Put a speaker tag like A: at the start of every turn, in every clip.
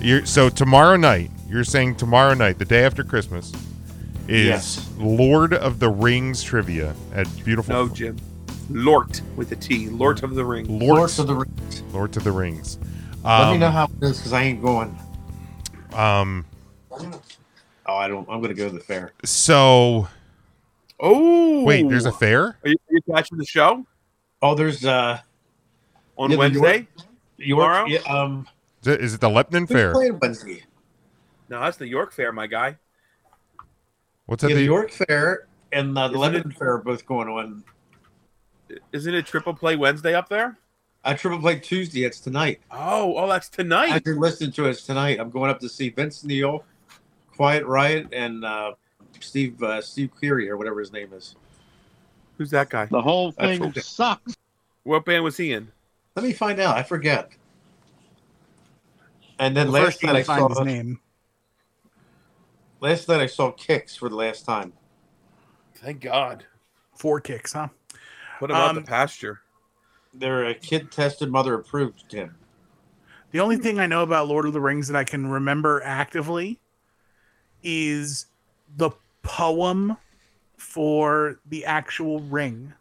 A: You're, so tomorrow night, you're saying tomorrow night, the day after Christmas, is
B: Yes.
A: Lord of the Rings trivia at beautiful
C: No, Jim. Lort with a T. Lort of the Ring.
A: Lords,
B: Lords of the Rings.
A: Lords of the Rings.
B: Let me
A: Um,
B: know how it is because I ain't going.
A: Um,
B: Oh, I don't. I'm going to go to the fair.
A: so
C: Oh,
A: wait, there's a fair.
C: Are you, are you watching the show
B: Oh, there's uh,
C: on
B: Yeah, the
C: Wednesday? Tomorrow?
B: York. Yeah, um,
A: Is it- Is it the Lepton
B: who's
A: Fair?
B: playing Wednesday?
C: No, that's the York Fair, my guy.
A: What's
B: Yeah,
A: at
B: the
A: the?
B: York Fair and the
C: Isn't
B: Lebanon
C: it-
B: Fair are both going on.
C: Isn't it Triple Play Wednesday up there?
B: I Uh, triple play Tuesday. It's tonight.
C: Oh, oh, that's
B: I
C: tonight.
B: can listen to us tonight. I'm going up to see Vince Neil, Quiet Riot, and uh, Steve uh, Steve Cleary or whatever his name is.
C: Who's that guy?
D: The whole
B: I
D: thing
B: forget.
D: sucks.
C: What band was he in?
B: Let me find out. I forget. And then
E: Well,
B: last
E: first you
B: night I
E: gotta
B: saw
E: find his name.
B: last night I saw Kicks for the last time.
C: Thank God.
E: Four kicks, huh?
C: Put him out
E: Um,
C: the pasture.
B: They're a kid tested, mother approved. Tim.
E: The only thing I know about Lord of the Rings that I can remember actively is the poem for the actual ring,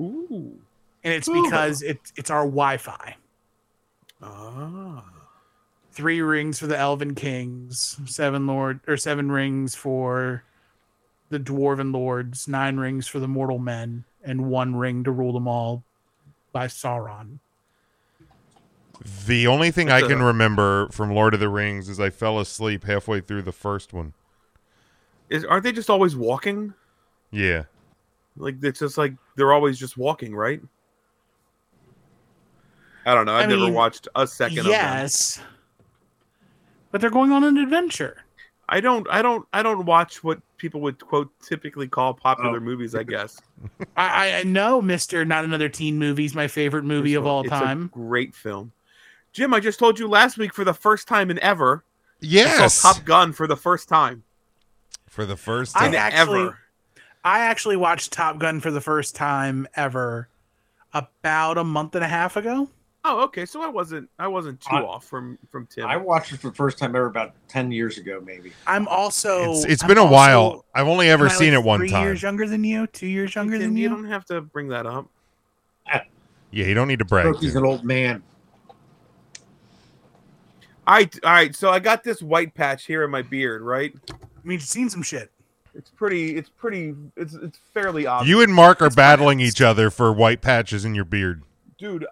C: Ooh.
E: and it's
B: Ooh.
E: because it, it's our Wi-Fi.
C: Ah.
E: Three rings for the Elven kings, seven lord or seven rings for the dwarven lords, nine rings for the mortal men, and one ring to rule them all by Sauron.
A: The only thing I
C: It's a-
A: can remember from Lord of the Rings is I fell asleep halfway through the first one.
C: Is aren't they just always walking?
A: Yeah.
C: Like it's just like they're always just walking, right? I don't know. I've
E: I
C: never
E: mean,
C: watched a second of them.
E: Yes, but they're going on an adventure.
C: I don't I don't I don't watch what people would quote typically call popular
B: Oh.
C: movies, I guess.
E: I, I- I know, Mister. Not another teen movie is my favorite movie of
C: It's a-
E: all
C: it's a
E: time.
C: great film. Jim, I just told you last week for the first time in ever, I
A: Yes.
C: saw Top Gun for the first time
A: For the first
E: I
C: in
A: time.
E: I've actually-
C: ever.
E: I actually watched Top Gun for the first time ever about a month and a half ago.
C: Oh, okay. So I wasn't I wasn't too
B: I-
C: off from from Tim.
B: I watched it for the first time ever about ten years ago, maybe.
E: I'm also.
A: it's it's
E: I'm
A: been a
E: also-
A: while. I've only ever
E: am I,
A: seen
E: like,
A: it one
E: three
A: time.
E: Years younger than you, two years younger
C: Tim,
E: than
C: you
E: you.
C: don't have to bring that up.
A: Yeah, you don't need to brag.
B: He's
A: dude.
B: an old man.
C: All right, all right. So I got this white patch here in my beard, right?
E: I mean, you've seen some shit.
C: It's pretty. It's pretty. It's it's fairly obvious.
A: You and Mark are battling each other for white patches in your beard.
C: dude.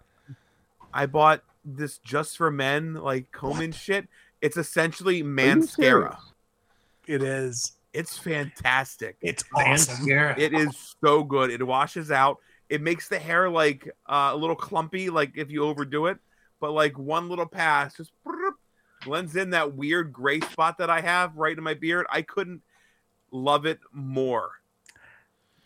C: I bought this just for men, like comb and shit. It's essentially mascara.
D: serious?
E: It is.
C: It's fantastic.
E: It's awesome.
B: Mascara.
C: It is so good. It washes out. It makes the hair like uh, a little clumpy, like if you overdo it. But like one little pass just brrrp, blends in that weird gray spot that I have right in my beard. I couldn't love it more.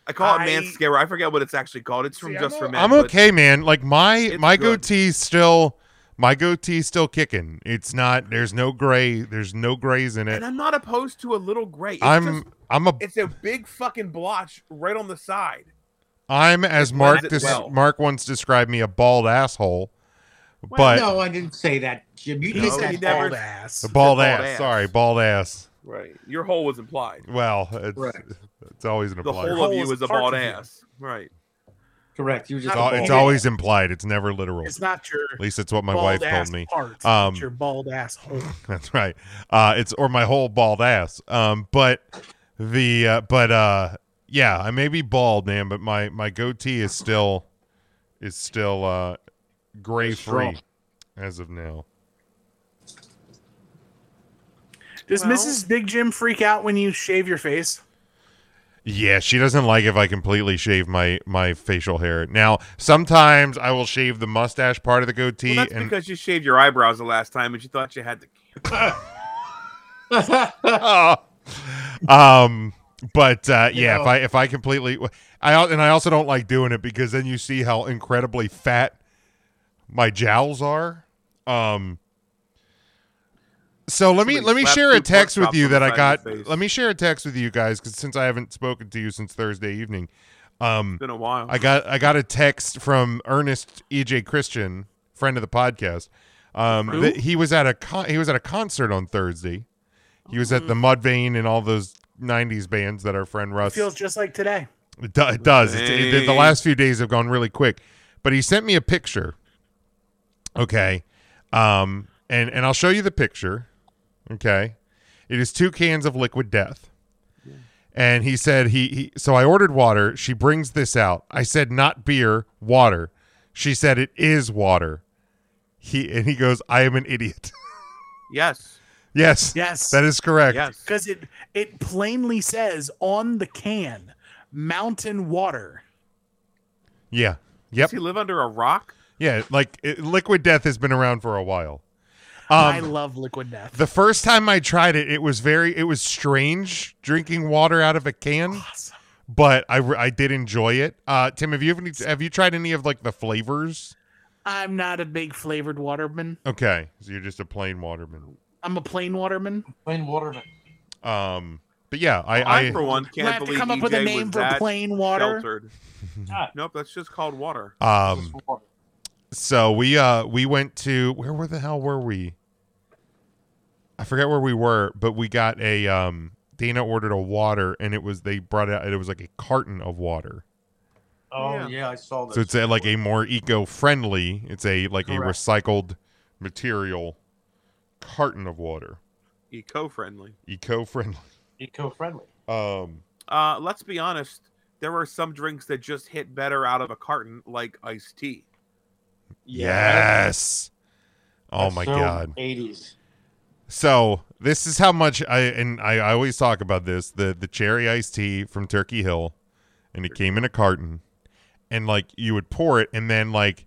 C: I call it
E: I-
C: mascara. I forget what it's actually called. It's from
E: See, I'm
C: Just for
E: o-
C: Men.
A: I'm
C: but
A: okay, man. Like my
C: It's
A: my
C: good.
A: goatee's still my goatee's still kicking. It's not there's no gray, there's no grays in it.
C: And I'm not opposed to a little gray. It's
A: I'm
C: just-
A: I'm a
C: it's a big fucking blotch right on the side.
A: I'm as
C: blends
A: Mark
C: it
A: dis-
C: well.
A: Mark once described me a bald asshole. But
B: no, I didn't say that, Jim. You
E: He
C: No,
B: just
E: just
C: you
B: said
E: had
C: never-
E: bald ass.
A: a bald,
C: bald
A: ass,
C: ass.
A: sorry, bald ass.
C: Right. Your hole was implied.
A: Well, it's
B: Correct.
A: it's always an
C: The
A: implied.
C: whole
E: Hole
C: of you
E: is
C: is a
E: part
C: bald
E: of you.
C: ass. Right.
B: correct. You were just
A: it's,
B: a
A: al-
B: bald
A: it's always implied. It's never literal.
E: It's not your
A: At least it's what my
E: bald
A: wife
E: ass
A: told me.
E: part.
A: Um,
E: it's your bald ass hole.
A: That's right. Uh, it's or my whole bald ass. Um, but the uh, but uh, yeah, I may be bald, man, but my my goatee is still is still uh, gray
B: Strong.
A: free as of now.
E: Does
C: Well-
E: Mrs. Big Jim freak out when you shave your face?
A: Yeah, she doesn't like if I completely shave my my facial hair. Now, sometimes I will shave the mustache part of the goatee,
C: Well, that's
A: and
C: because you shaved your eyebrows the last time and you thought you had to.
A: um, but uh,
B: You
A: yeah,
B: know-
A: if I if I completely, I al- and I also don't like doing it because then you see how incredibly fat my jowls are. Um, so let me
C: Somebody
A: let me
C: slapped
A: share
C: two
A: a text
C: pork
A: with you
C: chops on
A: that
C: the
A: I
C: side of
A: got.
C: your face.
A: Let me share a text with you guys because since I haven't spoken to you since Thursday evening, um,
C: It's been a while.
A: E I got I got a text from Ernest EJ Christian, friend of the podcast, Um,
F: Who?
A: th- he was at a con- he was at a concert on Thursday. He was
F: Mm-hmm.
A: at the Mudvayne and all those '90s bands that our friend Russ.
F: Feels just like today.
A: It, do- it does. It's, it, the- the
C: Dang.
A: last few days have gone really quick. But he sent me a picture. Okay. Um, and, and I'll show you the picture. Okay. It is two cans of liquid death. And he said, he, he, so I ordered water. She brings this out. I said, not beer, water. She said, it is water. He, and he goes, I am an idiot.
C: Yes.
A: yes.
F: Yes.
A: That is correct.
C: Yes.
F: because it it plainly says on the can mountain water
A: Yeah. Yep.
C: Does he live under a rock?
A: Yeah. Like it, liquid death has been around for a while.
F: i love liquid death
A: Um, The first time I tried it, it was very, it was strange drinking water out of a can,
F: Awesome.
A: but I, re- I did enjoy it. Uh, Tim, have you have, any, have you tried any of like the flavors?
F: i'm not a big flavored waterman
A: Okay, so you're just a plain waterman.
F: i'm a plain waterman
B: Plain water.
A: Um, but yeah, I,
C: I,
A: I,
C: for one
F: Do
C: can't
F: i have to
C: believe
F: come up with
C: EJ
F: a
C: was
F: name for
C: that
F: plain water
C: sheltered.
B: Ah.
C: Nope, that's just called water.
A: um, so we, uh, we went to where were the hell were we? I forget where we were, but we got a um. Dana ordered a water, and it was they brought out. It was like a carton of water.
B: Oh
C: Yeah.
B: yeah. I saw that.
A: So it's a, like a more eco-friendly. It's a like a
B: Correct.
A: recycled material carton of water,
C: Eco-friendly.
A: eco-friendly.
B: eco-friendly.
A: Um,
C: Uh, let's be honest. There are some drinks that just hit better out of a carton, like iced tea.
A: yes. Oh my god.
B: Eighties.
A: So this is how much I and I, I always talk about this the the cherry iced tea from Turkey Hill, and it came in a carton, and like you would pour it, and then like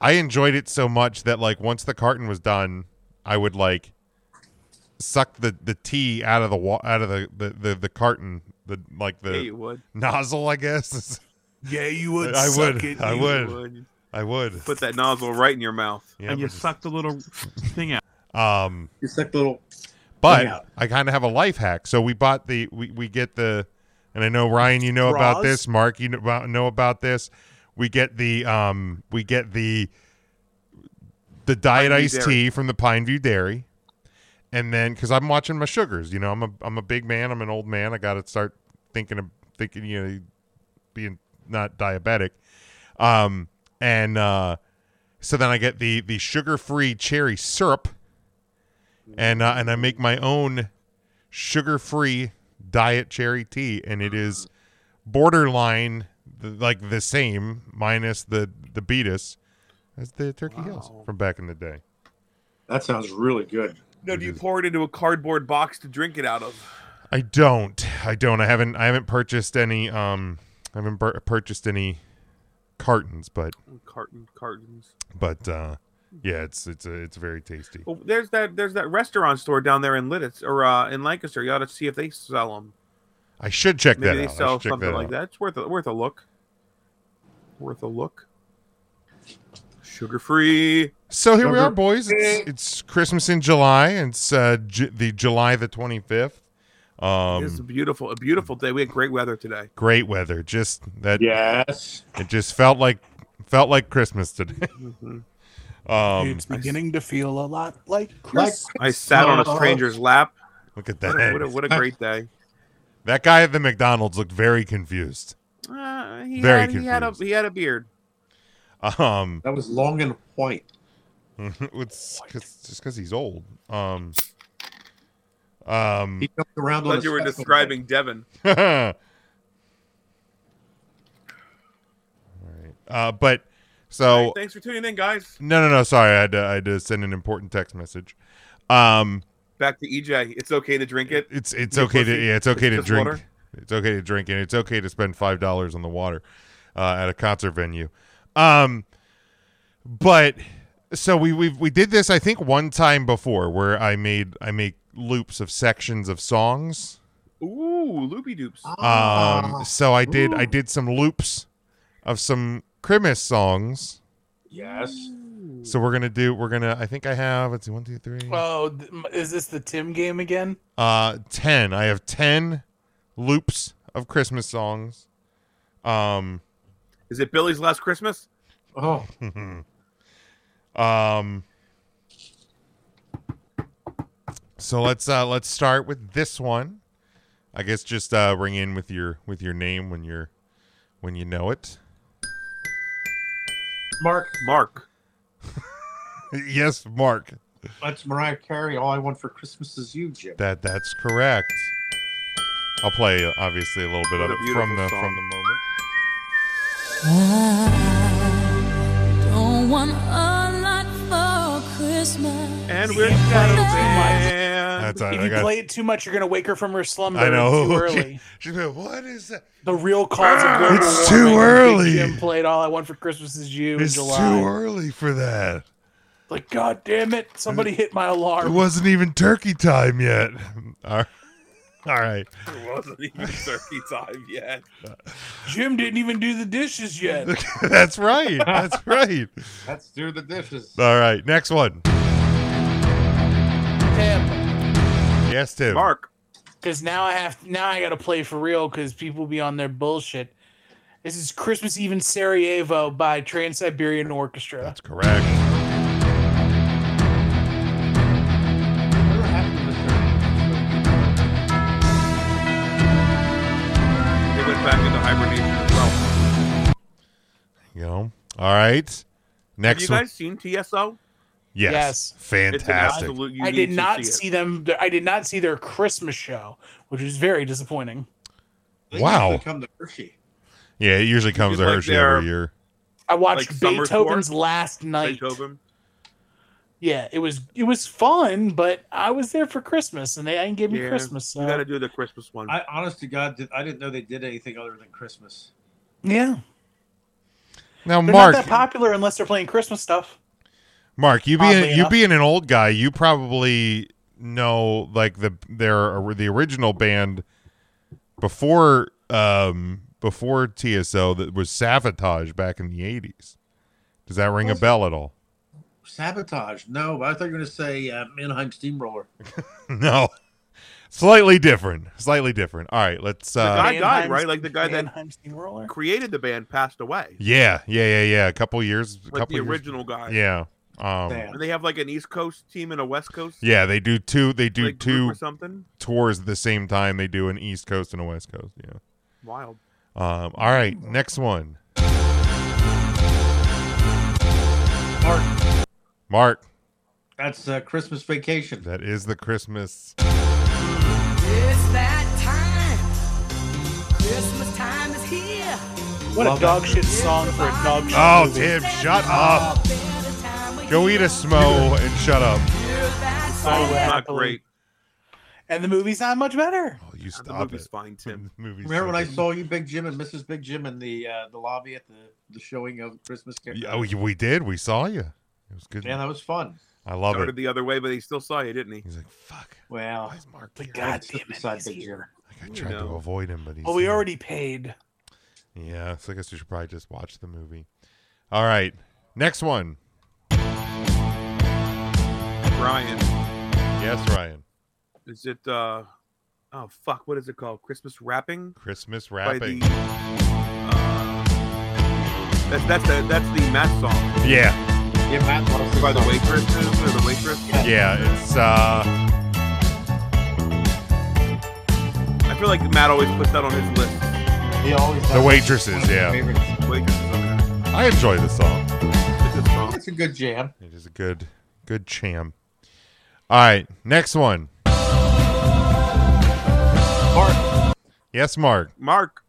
A: I enjoyed it so much that like once the carton was done, I would like suck the the tea out of the wa- out of the the the, the carton the like the
C: yeah, you would.
A: nozzle I guess
F: yeah you
A: I would I
C: You
A: would I would
C: Put that nozzle right in your mouth.
A: Yeah, but-
C: the little thing out.
A: um
B: It's like little.
A: But
B: Yeah.
A: I kind of have a life hack. So we bought the we, we get the, and I know Ryan, you know about
F: Straws?
A: this. Mark, you know about, know about this. We get the um we get the the diet
C: View
A: iced
C: Dairy.
A: tea from the Pine View Dairy, and then because I'm watching my sugars, you know, I'm a I'm a big man. I'm an old man. I got to start thinking of thinking you know being not diabetic, um and uh so then I get the the sugar free cherry syrup, and uh, and I make my own sugar free diet cherry tea, and it is borderline th- like the same minus the the beatus as the Turkey Hills
C: Wow.
A: from back in the day.
B: That sounds really good.
C: No, do you pour it into a cardboard box to drink it out of?
A: I don't. I don't. I haven't. I haven't purchased any. Um, I haven't bur- purchased any cartons, but
C: Carton, cartons.
A: but uh, yeah, it's it's a, it's very tasty.
C: Well, Oh, there's that there's that restaurant store down there in Lidditz or uh, in Lancaster. You ought to see if they sell them.
A: I should check
C: Maybe
A: that
C: they
A: out. I
C: sell
A: should check
C: something
A: that
C: like
A: out.
C: that. It's worth a, worth a look. Worth a look. Sugar free.
A: So here we
C: Sugar-
A: are, boys. It's, it's Christmas in July. It's uh, J- the July the twenty fifth.
C: this is
A: Um,
C: beautiful. A beautiful day. We had great weather today.
A: great weather. Just that.
B: Yes.
A: It just felt like felt like Christmas today.
C: Mhm.
A: Um,
F: it's beginning to feel a lot like
B: Like
F: Chris.
C: I sat on a stranger's lap.
A: look at
C: What a, what a,
A: that.
C: what a great day.
A: That guy at the McDonald's looked very confused.
C: Uh, he
A: Very
C: had, he had a
A: confused.
C: he had a beard.
A: Um,
B: that was long and white.
A: it's cause, just because he's old. Um, um,
B: He jumped around. on
C: Glad
B: a
C: you were
B: special
C: describing Devin.
A: All right. Uh, but
C: All
A: so
C: right, thanks for tuning in, guys.
A: no, no, no. Sorry, I had to, I had to send an important text message. Um,
C: Back to EJ. It's okay to drink it.
A: it's it's
C: You
A: okay to
C: pussy.
A: yeah, it's okay to
C: It's just
A: drink.
C: water.
A: It's okay to drink, and it's okay to spend five dollars on the water uh, at a concert venue. Um, but so we we we did this I think one time before where I made I make loops of sections of songs.
C: Ooh, loopy doops.
E: Uh,
B: thing.
A: Um,
B: Ah,
A: so I did I
B: Ooh.
A: did some loops of some Christmas songs.
B: yes.
A: So we're gonna do we're gonna I think I have let's see one two three
F: oh th- is this the tim game again
A: Uh, ten. I have ten loops of Christmas songs. Um,
C: Is it Billy's Last Christmas?
B: Oh,
A: um, So let's uh let's start with this one. I guess just uh ring in with your with your name when you're when you know it.
B: Mark,
C: Mark.
A: yes, Mark.
B: that's Mariah Carey. All I want for Christmas is you, Jim.
A: That that's correct. I'll play obviously a little bit of
C: What a
A: it from
C: beautiful
A: the
C: song.
A: from the moment.
G: I don't want a lot for Christmas.
C: And we're
E: Yeah,
C: shadow
E: that's mine.
C: banned.
A: That's all
E: if
A: right.
E: you
A: I got.
E: play it too much, you're gonna wake her from her slumber
A: I know.
E: too early.
A: She's like, what is that?
E: The real cause of global
A: Ah! It's too
E: warming and Big
A: early.
E: Jim played "All I Want for Christmas Is You"
A: It's
E: in
A: too
E: July.
A: early for that.
E: Like, god damn it! Somebody hit my
A: It
E: alarm.
A: wasn't even turkey time yet. All right. All right.
C: It wasn't even turkey time yet.
E: Jim didn't even do the dishes yet.
A: That's right. That's right.
B: Let's do the dishes.
A: All right. Next one.
E: Damn.
A: Yes, Tim.
C: Mark.
E: Because now I have now I gotta play for real because people be on their bullshit. This is Christmas Eve in Sarajevo by Trans Siberian Orchestra.
A: That's correct.
B: Whatever happened to the turkey?
C: They went back into hibernation as well.
A: You know. All right.
C: Have you
A: Next one.
C: guys seen TSO?
A: Yes.
C: It's
E: Yes.
C: an
A: Fantastic.
C: absolute- you
E: I
C: need
E: did
C: to
E: not
C: it.
E: see them. I did not see their Christmas show, which was very disappointing.
B: They
A: Wow.
B: usually Come to Hershey.
A: Yeah, it usually comes to
C: like
A: Hershey
C: their-
A: every year.
E: I watched
C: Like summer
E: Beethoven's
C: tour?
E: Last Night.
C: Beethoven.
E: Yeah, it was it was fun, but I was there for Christmas and they didn't give me
C: Yeah,
E: Christmas. uh, So.
C: You got to do the Christmas one.
B: I honest to God, did, I didn't know they did anything other than Christmas.
E: yeah,
A: Now,
E: they're
A: Mark,
E: not that popular unless they're playing Christmas stuff.
A: Mark, you
E: Oddly
A: being you
E: enough.
A: being an old guy, you probably know like the their the original band before um before TSO that was Sabotage back in the eighties. Does that ring a bell at all?
B: Sabotage? No, but I thought you were going to say uh, Mannheim Steamroller.
A: No, slightly different. Slightly different. All right, let's.
C: The
A: uh
C: guy died, right? Like the guy that-
E: Mannheim Steamroller.
C: Created the band passed away.
A: Yeah, yeah, yeah, yeah. A couple years. A
C: Like
A: couple
C: the
A: years-
C: original guy.
A: Yeah. Um,
B: Sad.
C: And they have like an East Coast team and a West Coast.
A: yeah, they do two. They do
C: like, group
A: two
C: or something.
A: tours at the same time. They do an East Coast and a West Coast. Yeah.
C: Wild.
A: Um, all right, next one.
B: Mark,
A: Mark,
B: that's uh, Christmas Vacation.
A: that is the Christmas.
H: It's that time. Christmas time is here.
E: What a dog shit song for a dog shit.
A: Oh,
E: movie.
A: Tim, shut up. Go eat a smo and shut up.
E: Oh,
C: It's
E: well.
C: not great.
E: And the movie's not much better.
A: Oh, you
C: The
A: stop
C: movie's
A: it.
C: fine, Tim.
A: Movie's
B: Remember when
A: so
B: I
A: good.
B: saw you, Big Jim, and Mrs. Big Jim in the uh, the lobby at the, the showing of Christmas Carol?
A: Yeah, oh, we, we did. We saw you. It was good.
B: Man, that was fun.
A: I love
C: Started
A: it.
C: the other way, but he still saw you, didn't he?
A: He's like, fuck.
B: Well,
A: Why is Mark
E: But
A: here?
E: God
B: sit
E: damn it,
B: beside
E: he's
B: Big Jim.
E: here.
A: Like, I
C: you
A: tried to
C: know.
A: avoid him, but he's.
E: Well, we
A: here.
E: already paid.
A: Yeah, so I guess we should probably just watch the movie. All right, next one.
C: Brian.
A: Yes, Ryan.
C: Is it uh oh fuck, what is it called? Christmas wrapping?
A: Christmas
C: By
A: wrapping.
C: the uh, that's that's the that's the Matt song.
A: Yeah,
B: Yeah, Matt loves it.
C: By the waitresses or the waitress.
A: yeah. It's uh,
C: I feel like Matt always puts that on his list.
B: He always
A: the
B: has
A: waitresses. Yeah,
B: favorites.
C: Waitresses okay.
A: I enjoy the song.
C: It's a song.
B: It's a good jam.
A: It is a good, good cham. All right, next one.
B: Mark,
A: Yes, Mark.
C: Mark.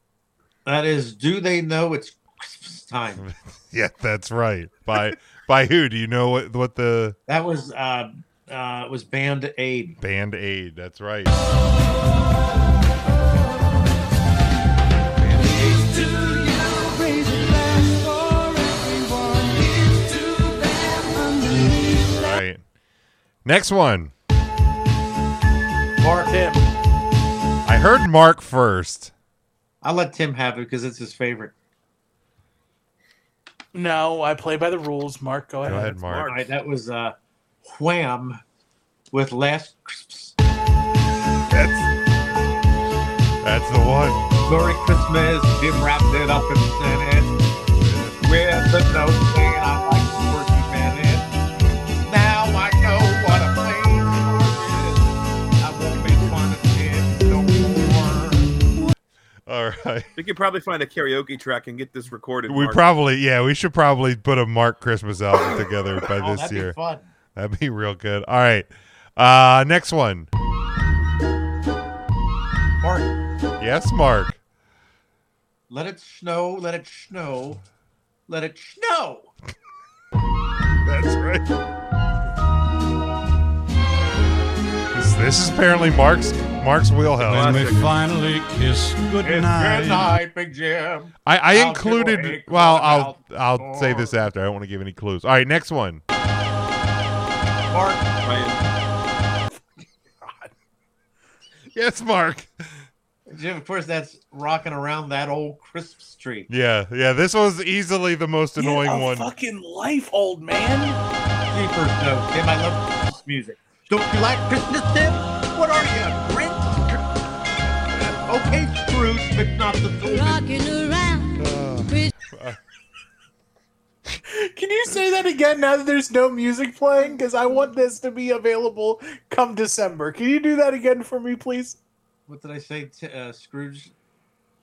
B: that is, do they know it's Christmas time?
A: Yeah, that's right. By by who? Do you know what what the
B: That was uh, uh, it was Band Aid.
A: band aid? That's right. All right. Next one.
B: Mark,
E: Tim,
A: I heard Mark first.
B: I'll let Tim have it because it's his favorite.
E: no, I play by the rules. Mark, go ahead.
A: Go ahead, Mark.
B: All right, that was uh, Wham with Last Christmas.
A: That's that's the one.
B: Merry Christmas. Jim wrapped it up and sent it with a note saying I like the working man in. Now I know what a plane for
A: All right.
C: We could probably find a karaoke track and get this recorded.
A: We
C: Mark.
A: probably yeah, we should probably put a Mark Christmas album together by
B: Oh,
A: this
B: that'd
A: year.
B: be fun.
A: That'd be real good. All right. Uh next one.
B: Mark,
A: Yes, Mark.
B: let it snow, let it snow, let it snow.
A: That's right. This, this is apparently Mark's Mark's wheelhouse.
D: When we
C: Classic.
D: finally kiss
B: It's
D: goodnight.
B: good night, Big Jim.
A: I, I
B: I'll give
A: included.
B: away
A: Well,
B: corn
A: I'll
B: out
A: I'll say this
B: door.
A: after. I don't want to give any clues. All right, next one.
B: Mark,
C: Ryan,
A: Yes, Mark.
B: Jim, of course, that's rocking around that old crisp street.
A: Yeah, yeah. This was easily the most annoying
E: Get a
A: one.
E: Fucking life, old man.
B: Jeepers, no. Tim, I love Christmas music. Don't you like Christmas, Tim? What are you, a Grinch? Okay, Scrooge, but not the Grinch.
G: Rocking around.
A: Uh,
E: Can you say that again now that there's no music playing? Because I want this to be available come December. Can you do that again for me, please?
B: What did I say? T- uh, Scrooge,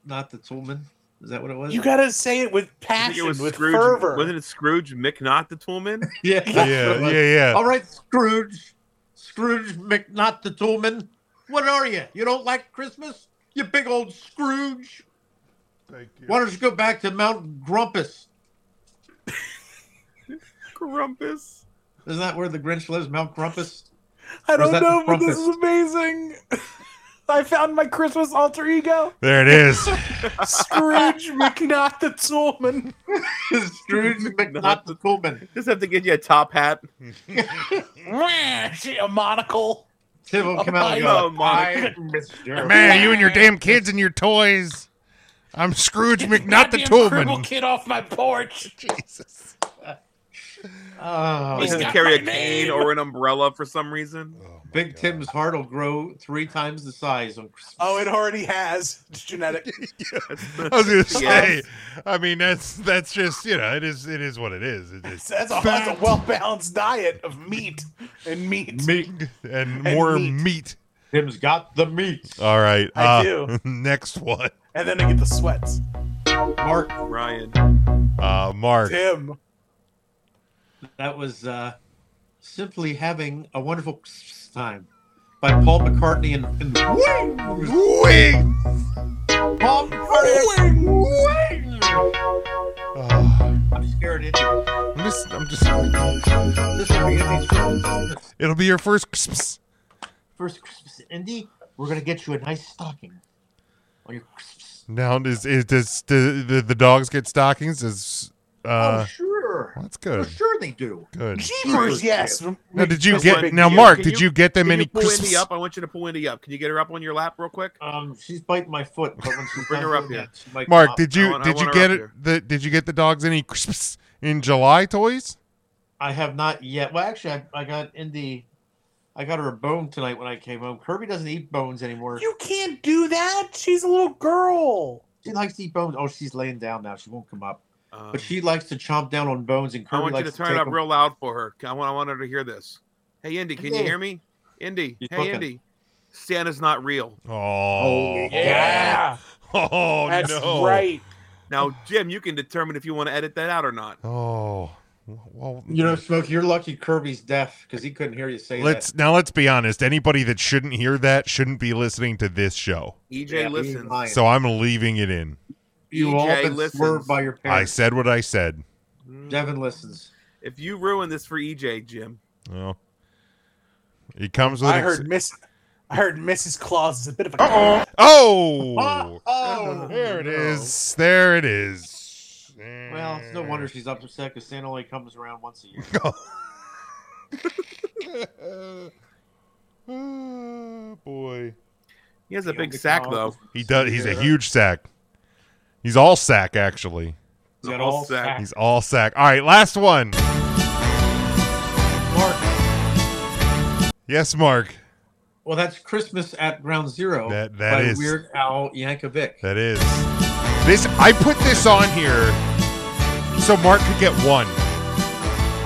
B: not the Toolman? Is that what it was?
E: You gotta say it with
C: I think it
E: passion,
C: was
E: with
C: Scrooge.
E: fervor.
C: Wasn't it Scrooge McNaught the Toolman?
B: yeah. oh.
A: Yeah, yeah, yeah.
B: All right, Scrooge. Scrooge McNaught the Toolman. What are you? You don't like Christmas? You big old Scrooge? Why don't you go back to Mount Grumpus?
C: Grumpus.
B: Isn't that where the Grinch lives, Mount Grumpus?
E: I
B: was
E: don't
B: that
E: know,
B: the
E: but this is
B: Krampus?
E: amazing. I found my Christmas alter ego,
A: There it is.
E: Scrooge McNaught the Toolman.
B: Scrooge McNaught the Toolman.
C: Just have to get you a top hat.
E: Mwah, she- a monocle.
B: Tim will come out and
C: Oh,
B: go,
C: my
B: I missed your
A: Man, you and your damn kids and your toys. I'm Scrooge McNaught the
E: Goddamn cripple
A: Toolman.
E: kid off my porch.
A: Jesus.
B: Oh,
C: He has to
E: got
C: carry a
E: my
C: cane
E: name.
C: or an umbrella for some reason.
B: Big Tim's heart will grow three times the size on Christmas.
E: Oh, it already has. It's genetic.
A: I was gonna say.
C: Yes.
A: I mean, that's that's just you know, it is it is what it is. It is
E: That's a, that's a well balanced diet of meat and meat.
A: meat and more
E: meat.
A: meat.
B: Tim's got the meat.
A: All right.
E: I
A: uh,
E: do.
A: Next one,
E: And then I get the sweats.
B: Mark,
C: Ryan.
A: uh, Mark.
E: Tim.
B: that was uh, simply having a wonderful Christmas time by Paul McCartney and, and the Wings. Paul McCartney. and Wings.
A: Oh,
B: I'm scared. Into it.
A: I'm just, I'm just.
B: This will be Andy's first Christmas.
A: It'll be your first Christmas.
B: First Christmas, Indy. We're gonna get you a nice stocking on your Christmas.
A: Now, is, is does do the, the dogs get stockings? Is uh,
B: oh sure,
A: well, that's
B: oh,
A: good.
B: sure they do.
A: Good.
E: Jeepers, yes.
A: Now, did you
C: This
A: get
C: one-
A: now,
C: can you-
A: Mark?
C: can
A: Did
C: you-
A: you get them
C: Can
A: any
C: you pull
A: Christmas?
C: Indy up? I want you to pull Indy up. Can you get her up on your lap real quick?
B: Um, she's biting my foot, but when she's
C: Bring
B: done
C: her up
B: doing
C: here.
B: that, she might
A: Mark,
B: come
A: did
C: I
A: you
C: want- I
A: did you
C: want her
A: get
C: up
A: it?
C: here.
A: The, did you get the dogs any Christmas in July toys?
B: I have not yet. Well, actually, I, I got Indy. I got her a bone tonight when I came home. Kirby doesn't eat bones anymore.
E: You can't do that. She's a little girl.
B: She likes to eat bones. Oh, she's laying down now. She won't come up.
C: Um,
B: But she likes to chomp down on bones, and
C: I
B: Kirby
C: want you
B: likes to,
C: to turn
B: take
C: it up
B: them.
C: real loud for her. I want, I want her to hear this. Hey, Indy, can you
B: Indy.
C: hear me? Indy,
B: He's
C: hey,
B: looking.
C: Indy. Santa's not real.
A: Oh,
E: Yeah.
A: Oh
E: That's
A: no!
E: right.
C: Now, Jim, you can determine if you want to edit that out or not.
A: Oh, well.
B: You know, Smoke, you're lucky Kirby's deaf because he couldn't hear you say
A: let's
B: that.
A: now let's be honest. Anybody that shouldn't hear that shouldn't be listening to this show.
C: EJ
B: Yeah, he's
C: E listens.
B: lying.
A: So I'm leaving it in.
B: You all
C: EJ
B: been
C: listens.
B: swerved by your
A: I
B: parents.
A: said what I said.
B: Devin listens.
C: Mm. If you ruin this for EJ, Jim,
A: Well, he comes with.
E: I
A: an
E: heard
A: ex-
E: Miss. I heard Mrs. Claus is a bit of a.
A: oh,
B: Oh,
A: there it is. There it is.
B: Well, it's no wonder she's upset because Santa only comes around once a year.
A: Oh, boy,
C: he has a
B: You
C: big
B: don't
C: sack,
B: get
C: though.
B: dogs.
A: he does. He's a
B: Yeah.
A: huge sack. He's all sack actually.
B: He's got
C: All
B: all
C: sack.
B: sack.
A: He's all sack. All right, last one.
B: Mark.
A: Yes, Mark.
B: Well, that's Christmas at Ground Zero
A: That- that
B: by
A: is-
B: Weird Al Yankovic.
A: That is. This I put this on here so Mark could get one.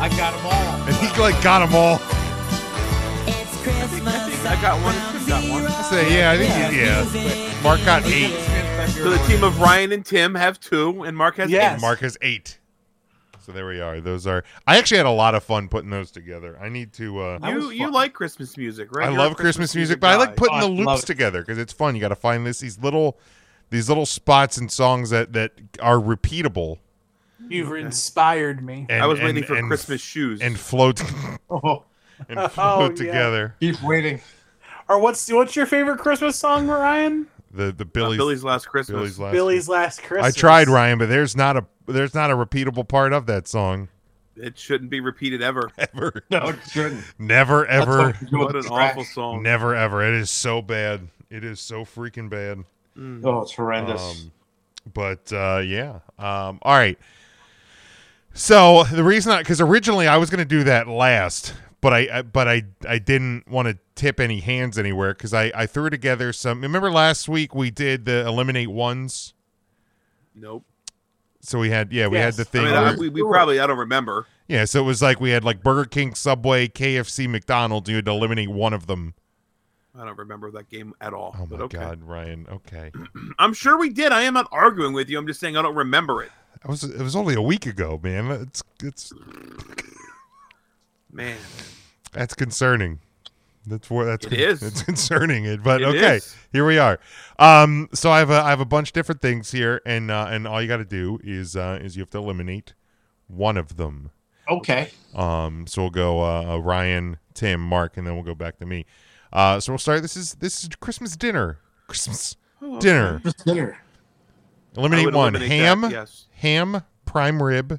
B: I got them all.
A: And he like got them all.
G: It's Christmas.
C: I got one. Jim got one.
A: I say, yeah, I think yeah. Mark got eight.
B: Transparent
C: So the team of Ryan and Tim have two, and Mark has
F: Yes.
C: eight.
A: Mark has eight. So there we are. Those are. I actually had a lot of fun putting those together. I need to. uh
B: That
C: You
B: was
C: you
B: fun.
C: like Christmas music, right?
A: I
C: You're a
A: love Christmas music, but I like
C: guy.
A: putting
B: Oh,
A: the
B: I love
A: loops
B: it.
A: together because it's fun. You got to find this these little these little spots and songs that that are repeatable.
F: You've inspired me.
A: And,
C: I was waiting
A: and-
C: for
A: and-
C: Christmas shoes.
A: and float
B: Oh,
A: and float
F: yeah.
A: together.
B: keep waiting.
F: Or what's what's your favorite Christmas song, Ryan?
A: The the
C: Uh,
A: Billy's
C: Billy's, last Christmas.
A: Billy's last.
F: Billy's Last
A: I
F: Christmas.
A: tried Ryan, but there's not a there's not a repeatable part of that song
C: It shouldn't be repeated ever.
A: ever,
B: No, it shouldn't.
A: never, ever,
B: That's
C: What an
B: trash.
C: awful song.
A: never, ever. It is so bad. It is so freaking bad.
C: Mm.
B: Oh, it's horrendous.
A: Um, but uh, yeah. Um, all right. So the reason I, because originally I was going to do that last, but I, I but I, I didn't want to tip any hands anywhere because I, I threw together some. Remember last week we did the eliminate ones,
C: Nope.
A: so we had yeah we
F: Yes.
A: had the
C: I
A: thing.
C: mean,
A: where-
C: I, we, we probably I don't remember.
A: yeah, so it was like we had like Burger King, Subway, KFC, McDonald's. You had to eliminate one of them.
C: I don't remember that game at all.
A: Oh my
C: but okay.
A: God, Ryan. Okay,
C: I'm sure we did. I am not arguing with you. I'm just saying I don't remember it.
A: that was it was only a week ago, man. It's it's
C: Man,
A: That's concerning. That's where that's
C: It is.
A: It's concerning it, but
C: It
A: okay,
C: is.
A: here we are. Um, so I have a I have a bunch of different things here, and uh, and all you got to do is uh, is you have to eliminate one of them.
B: okay.
A: Um, so we'll go uh, uh, Ryan, Tim, Mark, and then we'll go back to me. Uh, so we'll start. This is this is Christmas dinner. Christmas dinner.
B: Christmas dinner.
C: Oh, I
A: Eliminate
C: would
A: one:
C: eliminate
A: ham,
C: that, yes.
A: ham, prime rib,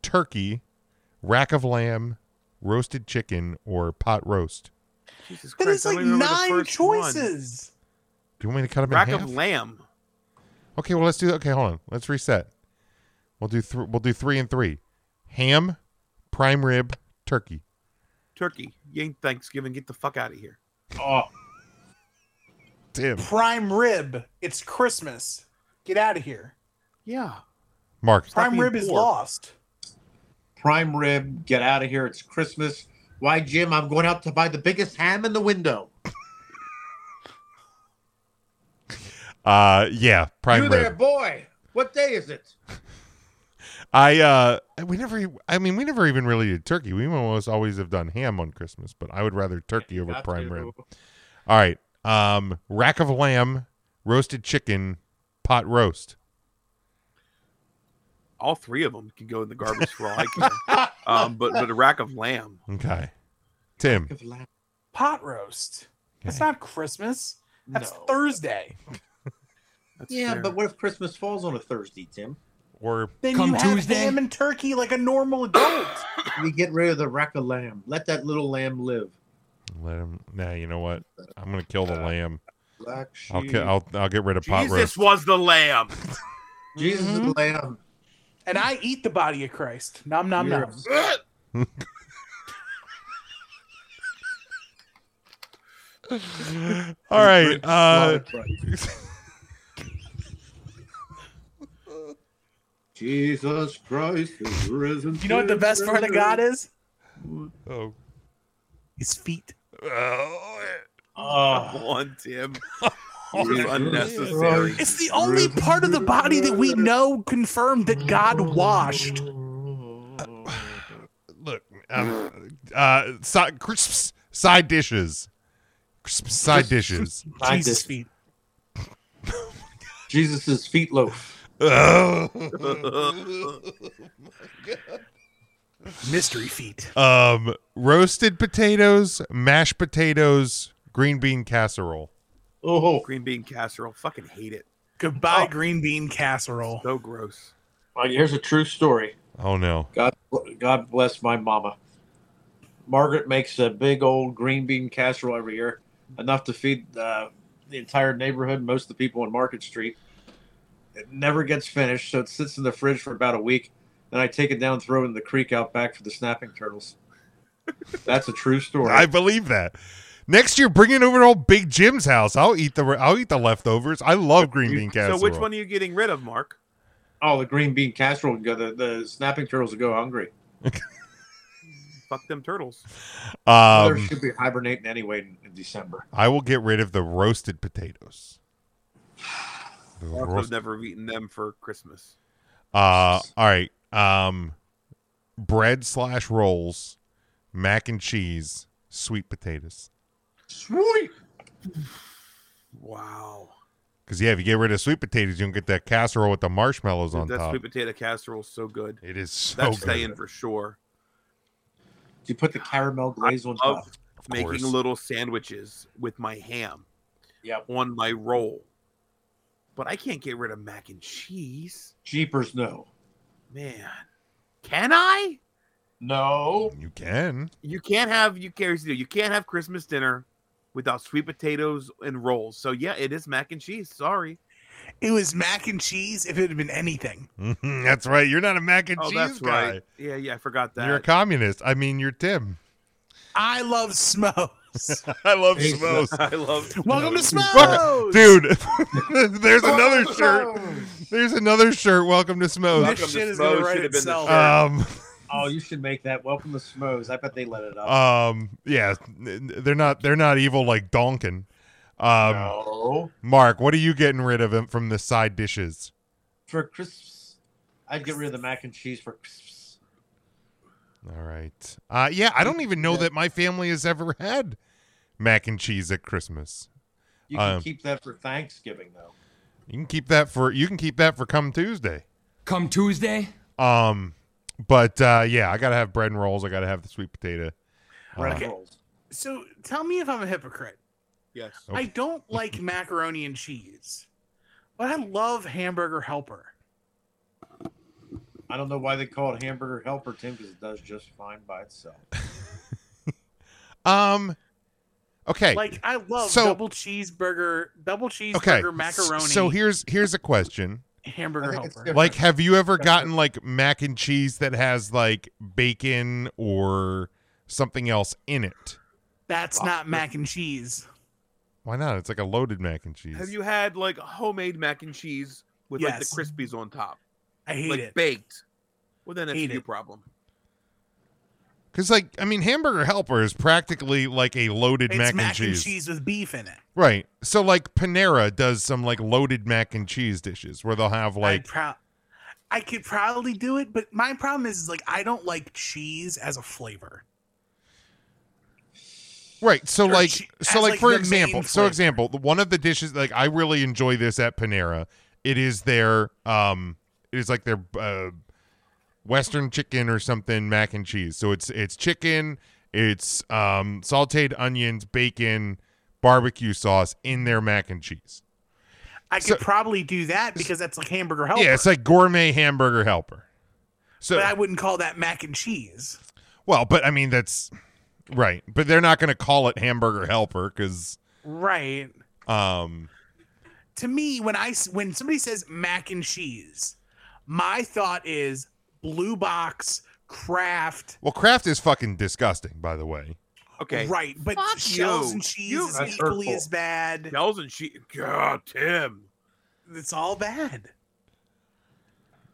A: turkey, rack of lamb, roasted chicken, or pot roast.
C: Jesus
F: That
C: Christ,
F: is
C: I don't
F: like
C: even remember the
F: nine
C: first one.
F: choices.
A: Do you want me to cut them
C: Rack
A: in half?
C: of lamb.
A: Okay, well let's do. Okay, hold on. Let's reset. We'll do. Th- we'll do three and three. Ham, prime rib, turkey.
C: Turkey. You ain't Thanksgiving. Get the fuck out of here.
B: Oh,
A: Tim,
F: Prime rib. It's Christmas. Get out of here.
C: Yeah.
A: Mark,
F: Prime
C: being
F: rib is
C: poor.
F: lost.
B: prime rib. Get out of here. It's Christmas. Why, Jim? I'm going out to buy the biggest ham in the window.
A: uh, yeah, prime
B: you
A: rib.
B: there, boy. What day is it?
A: I uh, we never. I mean, we never even really did turkey. We almost always have done ham on Christmas, but I would rather turkey over
B: Got
A: prime
B: to.
A: rib. All right, um, rack of lamb, roasted chicken, pot roast.
C: All three of them can go in the garbage for all I care. um, but but a rack of lamb.
A: Okay, Tim.
B: Give lamb-
F: Pot roast. That's not Christmas. That's
B: No.
F: Thursday.
C: That's
B: Yeah,
C: fair.
B: but what if Christmas falls on a Thursday, Tim?
A: Or
F: Then
E: Come
F: you have
E: Tuesday.
F: ham and turkey like a normal adult.
B: We get rid of the rack of lamb. Let that little lamb live.
A: let him. Nah, you know what? I'm gonna kill
B: Uh,
A: the lamb.
B: Black sheep.
A: I'll ki- I'll I'll get rid of pot roast.
C: Jesus was the lamb.
B: Jesus is the lamb.
F: and I eat the body of Christ. Nom nom
B: You're
F: nom.
A: All right. Uh,
B: Blood Christ. Jesus Christ is risen.
F: You know what the best part of God is?
A: oh. uh,
F: His feet.
B: Oh,
C: Come on, Tim. This is
B: Jesus
C: unnecessary.
B: Christ.
F: It's the only part of the body that we know confirmed that God washed.
A: Look, um, uh, side, crisps, side dishes. Crisp side dishes.
B: I
F: Jesus'
B: just-
F: feet.
B: Jesus's feet loaf.
F: Mystery feet.
A: um, roasted potatoes, mashed potatoes, green bean casserole.
B: Oh,
C: Green bean casserole. Fucking hate it.
F: Goodbye, green bean casserole.
C: So gross.
B: well, here's a true story.
A: Oh no.
B: God, God bless my mama. Margaret makes a big old green bean casserole every year, enough to feed uh, the entire neighborhood, most of the people on Market Street. It never gets finished, so it sits in the fridge for about a week. Then I take it down, throw it in the creek out back for the snapping turtles. That's a true story.
A: I believe that. Next year, bring it over to old Big Jim's house. I'll eat the re- I'll eat the leftovers. I love green bean casserole.
C: So which one are you getting rid of, Mark?
B: oh, the green bean casserole would go. The, the snapping turtles would go hungry.
C: Fuck them turtles.
A: Um,
B: they should be hibernating anyway in, in December.
A: I will get rid of the roasted potatoes.
C: Also, I've never eaten them for Christmas.
A: Uh, all right. Um, bread slash rolls, mac and cheese, sweet potatoes.
B: Sweet.
C: Wow.
A: Because yeah, if you get rid of sweet potatoes, you don't get that casserole with the marshmallows on
C: that
A: top.
C: sweet potato casserole is so good.
A: It is so
C: That's
A: good.
C: staying for sure.
B: You put the caramel glaze on
C: Love
B: top.
A: Of
C: making
A: course.
C: little sandwiches with my ham
B: Yep.
C: on my roll. But I can't get rid of mac and cheese.
B: Jeepers, no.
C: Man. Can I?
B: No.
A: You can.
C: You can't have you cares do. You can't have Christmas dinner without sweet potatoes and rolls. So yeah, it is mac and cheese. Sorry.
E: It was mac and cheese if it had been anything.
A: Mhm, that's right. You're not a mac and
C: oh,
A: cheese
C: that's
A: guy.
C: right. Yeah, yeah, I forgot that.
A: You're a communist. I mean, you're Tim.
E: I love Smos.
A: I love
B: Hey,
A: smokes.
C: I love
E: Welcome to
A: Fuck-
E: Smos.
A: Dude, there's another shirt. There's another shirt. Welcome to Smokes.
C: Welcome
E: This
C: to
E: shit is gonna
C: Smoes
E: write
C: should have been the
E: itself.
C: shirt.
A: Um,
B: Oh, you should make that. Welcome to Smoes. I bet they let it up.
A: um, yeah, n- n- they're not they're not evil like Donkin. Um,
B: no.
A: Mark, what are you getting rid of him from the side dishes?
B: For crisps, I'd get rid of the mac and cheese for crisps.
A: All right. Uh, yeah, I don't even know that my family has ever had mac and cheese at Christmas.
B: You can
A: Um,
B: keep that for Thanksgiving, though.
A: You can keep that for you can keep that for come Tuesday.
I: Come Tuesday,
A: Um, but uh, yeah, I gotta have bread and rolls. I gotta have the sweet potato.
B: Bread
A: Uh,
B: and rolls.
F: So tell me if I'm a hypocrite.
C: Yes.
A: Okay.
F: I don't like macaroni and cheese, but I love hamburger helper.
B: I don't know why they call it hamburger helper, Tim, because it does just fine by itself.
A: um, okay.
F: Like I love
A: So-
F: double cheeseburger, double cheeseburger
A: okay.
F: macaroni.
A: So here's here's a question.
F: hamburger
B: I think it's
F: helper.
B: different.
A: Like, have you ever gotten like mac and cheese that has like bacon or something else in it?
F: That's not mac and cheese.
A: Why not? It's like a loaded mac and cheese.
C: Have you had like homemade mac and cheese with
F: Yes.
C: like the crispies on top?
F: I hate
C: like
F: it.
C: baked. Well then that's
F: Hate
C: your
F: it.
C: problem.
A: Because, like, I mean, Hamburger Helper is practically like a loaded
E: It's
A: mac, and, cheese.
E: with beef in it.
A: Right. So, like, Panera does some like loaded mac and cheese dishes where they'll have
F: Like
A: like,
F: pro-
E: I could probably do it, but my problem is, is like I don't like cheese as a flavor.
A: right. So,
E: or
A: like,
E: che-
A: so,
E: as,
A: like,
E: like,
A: for
E: the main
A: example, so
E: flavor.
A: example, the- one of the dishes, like, I really enjoy this at Panera. It is their, um, it is like their, uh, Western chicken or something mac and cheese. So it's it's chicken, it's um sauteed onions, bacon, barbecue sauce in their mac and cheese.
E: I could
A: So-
E: probably do that because that's like hamburger helper.
A: Yeah, it's like gourmet hamburger helper. So,
E: but I wouldn't call that mac and cheese.
A: well, but I mean that's right. But they're not going to call it hamburger helper because,
F: right.
A: um,
E: To me, when I s- when somebody says mac and cheese, my thought is blue box craft.
A: well, Kraft is fucking disgusting, by the way.
C: Okay.
E: Right, but
C: Fuck
E: shells
C: you.
E: and cheese
C: You-
E: is
B: That's
E: equally
B: hurtful.
E: as bad.
C: Shells and cheese. God, Tim.
E: It's all bad.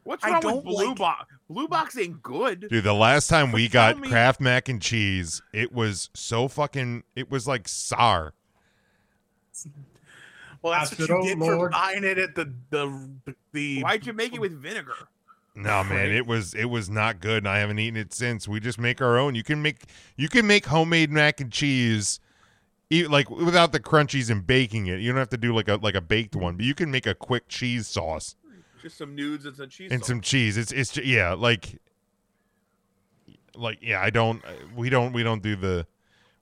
C: What's
E: I
C: wrong with
E: don't
C: Blue
E: like-
C: Box? Blue Box ain't good.
A: Dude, the last time we
C: Tell
A: got
C: me-
A: Kraft mac and cheese, it was so fucking. It was like sour.
E: Well,
B: I
E: that's
B: said,
E: what you
B: "Oh,
E: get for
B: Lord."
E: buying it at the the the.
C: Why'd you make it with vinegar?
A: No man, it was it was not good, and I haven't eaten it since. We just make our own. You can make you can make homemade mac and cheese, eat, like without the crunchies and baking it. You don't have to do like a like a baked one, but you can make a quick cheese sauce
C: Just some nudes and some cheese.
A: and some cheese. It's it's ju- yeah, like like yeah. I don't we don't we don't do the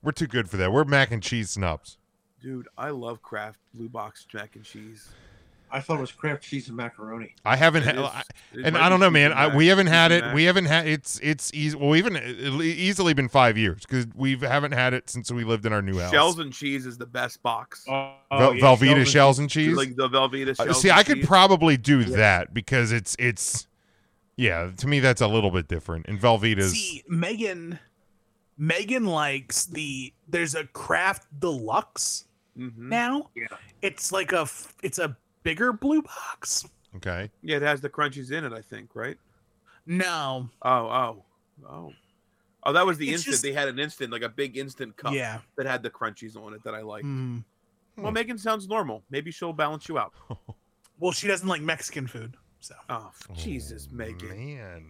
A: we're too good for that. We're mac and cheese snobs.
C: Dude, I love Kraft Blue Box mac and cheese.
B: I thought it was Kraft cheese and macaroni.
A: I haven't
C: It
A: had.
C: is-
A: I-
C: it
A: and
C: might
A: I
C: be
A: don't know,
C: cheese
A: man.
C: and
A: I,
C: mac-
A: we haven't
C: cheese
A: had
C: and
A: it.
C: mac.
A: We haven't had it's it's easy. Well, even it le- easily been five years because we haven't had it since we lived in our new house.
C: Shells and cheese is the best box.
B: Oh,
A: Vel-
B: yeah,
A: Velveeta
B: Sheldon-
A: shells, and cheese.
C: Like the Velveeta
A: Uh,
C: shells.
A: see,
C: and
A: I could
C: cheese.
A: probably do that because it's it's yeah. To me, that's a little bit different. And Velveeta's
E: See, Megan, Megan likes the. There's a craft deluxe
C: Mhm.
E: now.
B: Yeah.
E: It's like a. f- It's a bigger blue box.
A: okay.
C: Yeah, it has the crunchies in it, I think, right?
E: No.
C: Oh, oh, oh. Oh, that was the
E: It's
C: instant.
E: just-
C: They had an instant, like a big instant cup
E: Yeah.
C: that had
A: Hmm.
C: the crunchies on it that I like.
E: Mm.
C: Well, Megan sounds normal. Maybe she'll balance you out.
E: Well, she doesn't like Mexican food, so
C: Oh, Jesus, Megan.
A: Oh, Man.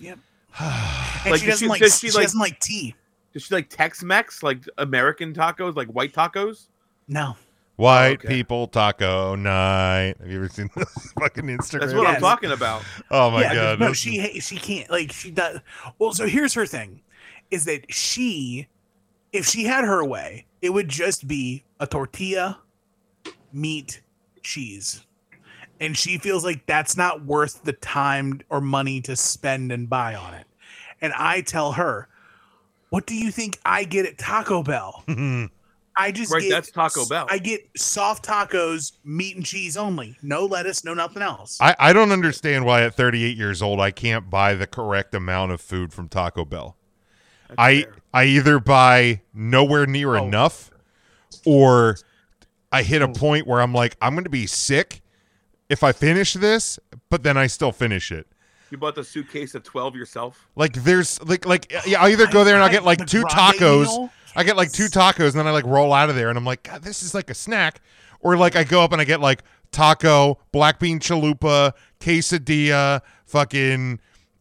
E: and
C: Like,
E: she
C: does
E: doesn't
C: she-
E: like
C: does she
E: she
C: like-
E: doesn't like tea.
C: Does she like Tex-Mex, like American tacos, like white tacos?
E: No,
A: White
C: okay.
A: people taco night. Have you ever seen this fucking Instagram?
C: That's what I'm
E: Yes.
C: talking about.
A: Oh my
E: yeah,
A: god.
E: no,
A: this
E: she ha- she can't like she does. Well, so here's her thing, is that she, if she had her way, it would just be a tortilla, meat, cheese, and she feels like that's not worth the time or money to spend and buy on it. And I tell her, what do you think I get at Taco Bell?
A: is-
E: I just
C: Right,
E: get-
C: that's Taco Bell.
E: I get soft tacos, meat and cheese only, no lettuce, no nothing else.
A: I, I don't understand why at 38 years old I can't buy the correct amount of food from Taco Bell.
C: That's
A: I
C: fair.
A: I either buy nowhere near
E: Oh.
A: enough or I hit a point where I'm like I'm going to be sick if I finish this, but then I still finish it.
C: you bought the suitcase of twelve yourself.
A: Like there's like like yeah, I either go there and I'll get like
E: The
A: two
E: grande
A: tacos.
E: meal?
A: I get like two tacos and then I like roll out of there and I'm like, God, this is like a snack. Or like I go up and I get like taco, black bean chalupa, quesadilla, fucking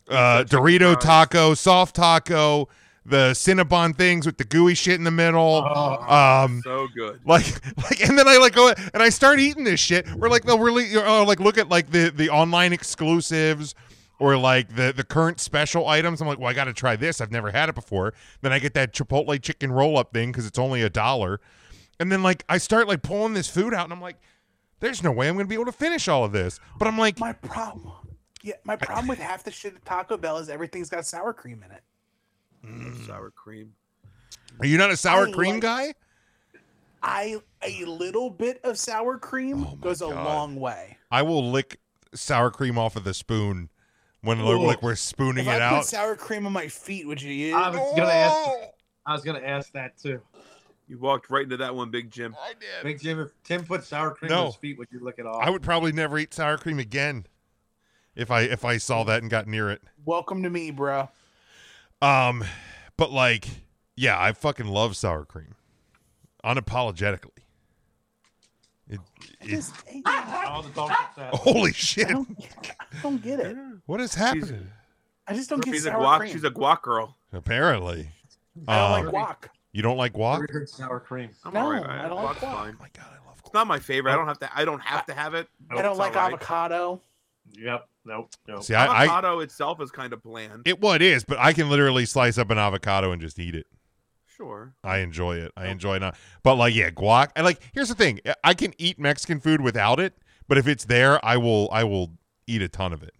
A: uh,
C: Chicken
A: Dorito
C: fries.
A: taco, soft taco, the Cinnabon things with the gooey shit in the middle. um,
C: So good.
A: like like and then i like go and i start eating this shit or like they'll really or like look at like the the online exclusives or like the the current special items i'm like well i gotta try this i've never had it before then i get that chipotle chicken roll up thing because it's only a dollar and then like i start like pulling this food out and i'm like there's no way i'm gonna be able to finish all of this but i'm like
E: My problem. Yeah, my problem with half the shit at Taco Bell is everything's got sour cream in it.
A: Mm.
C: Sour cream.
A: are you not a sour
E: I
A: cream
E: like-
A: guy
E: I a little bit of sour cream
A: Oh my
E: goes a
A: God.
E: long way.
A: i will lick sour cream off of the spoon when
B: Ooh.
A: like we're spooning
E: If
A: it
E: I put
A: out
E: sour Oh. cream on my feet, would you?
B: I was gonna ask. I was gonna ask that too.
C: You walked right into that one, Big Jim.
B: Big Jim, if Tim put sour cream
A: No.
B: on his feet, would you lick it off?
A: I would probably never eat sour cream again if I if I saw that and got near it.
E: Welcome to me, bro.
A: Um but like yeah, I fucking love sour cream. Unapologetically. It, it,
E: Just, I
B: All the dogs upset.
A: holy shit.
E: don't, I don't get it.
A: What is happening?
E: I just don't get
C: She's a
E: sour
C: guac.
E: cream.
C: She's a guac girl.
A: Apparently.
E: I don't
A: Um,
E: like guac.
A: you don't like
B: I
A: guac?
B: heard sour cream.
C: I'm
E: No,
C: alright.
E: I don't like
C: guac's
E: guac.
A: Oh
C: fine.
A: my god, I love
C: It's
A: guac.
C: not my favorite. I don't have to. I don't have to have it.
E: I don't
C: It's
E: like
C: alright.
E: avocado.
B: Yep. Nope. Nope.
A: See, I, I
C: avocado itself is kind of bland.
A: it well it is, but I can literally slice up an avocado and just eat it.
C: sure.
A: I enjoy it.
C: Oh.
A: I enjoy it. But like, yeah, guac. And like, here's the thing: I can eat Mexican food without it, but if it's there, I will. I will eat a ton of it.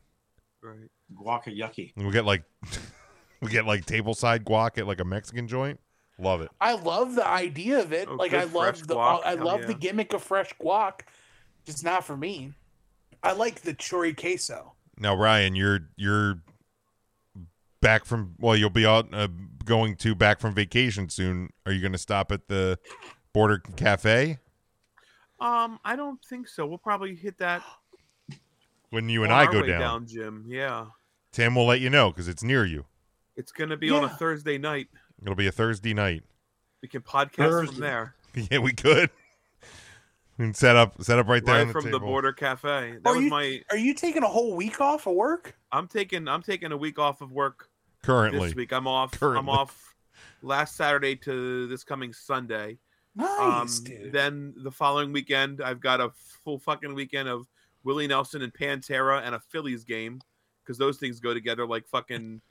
C: Right.
B: Guaca yucky.
A: And we get like, we get like tableside guac at like a Mexican joint. Love it.
E: I love the idea of it.
C: Oh,
E: like
C: good
E: I
C: fresh
E: love the uh,
C: guac.
E: I
C: Hell
E: love the
C: yeah.
E: gimmick of fresh guac. It's not for me. I like the chori queso.
A: Now, Ryan, you're you're back from well, you'll be out uh, going to back from vacation soon. Are you going to stop at the Border Cafe
C: Um, I don't think so. We'll probably hit that
A: when you and
C: on
A: I
C: our
A: go
C: way
A: down?
C: down, Jim. Yeah.
A: Tim will let you know because it's near you.
C: It's gonna be on a
E: Yeah.
C: Thursday night.
A: It'll be a Thursday night.
C: We can podcast
B: Thursday.
C: from there,
A: Yeah, we could. And set up, set up right there
C: right
A: on the
C: from
A: table.
C: the Border Cafe. That
E: Are
C: was
E: you-
C: my.
E: Are you taking a whole week off of work?
C: I'm taking. I'm taking a week off of work
A: Currently,
C: this week. I'm off. I'm
A: Currently.
C: off last Saturday to this coming Sunday. Um,
E: Nice, dude.
C: then the following weekend, I've got a full fucking weekend of Willie Nelson and Pantera and a Phillies game because those things go together like fucking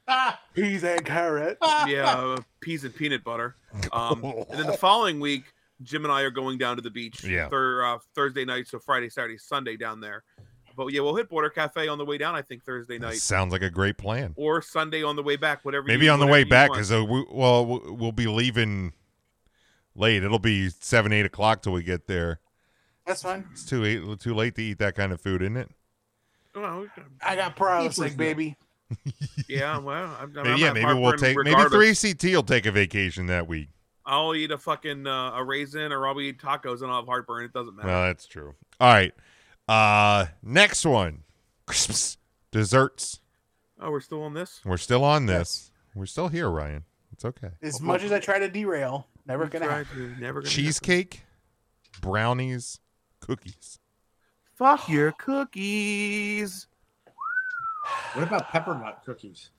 E: Peas and carrot.
C: Ah. yeah peas and peanut butter. Um, and then the following week, Jim and I are going down to the beach.
A: Yeah.
C: Thur- uh, Thursday night, so Friday, Saturday, Sunday down there. But yeah, we'll hit Border Cafe on the way down. I think Thursday
A: That
C: night
A: sounds like a great plan.
C: or Sunday on the way back. Whatever.
A: Maybe
C: you-
A: on the
C: whatever
A: way
C: you
A: back,
C: want.
A: because we, well, we- we'll be leaving late. It'll be seven, eight o'clock till we get there.
E: That's fine.
A: It's too eight, too late to eat that kind of food, isn't it?
C: Well, we-
E: I got prowess, like baby.
C: Yeah, well, I'm, I'm
A: Maybe, yeah,
C: at
A: maybe we'll
C: Harper
A: take
C: regardless.
A: maybe three CT will take a vacation that week.
C: I'll eat a fucking uh, a raisin, or I'll eat tacos, and I'll have heartburn. It doesn't matter.
A: Well, that's true. All right, uh, next one, crisps, desserts.
C: oh, we're still on this.
A: We're still on this. We're still here, Ryan. It's okay.
E: As much as I try to derail, never
C: We
E: gonna
C: tried
E: happen.
C: to, never gonna happen.
A: Cheesecake, brownies, cookies.
C: Fuck your cookies.
B: What about peppermint cookies?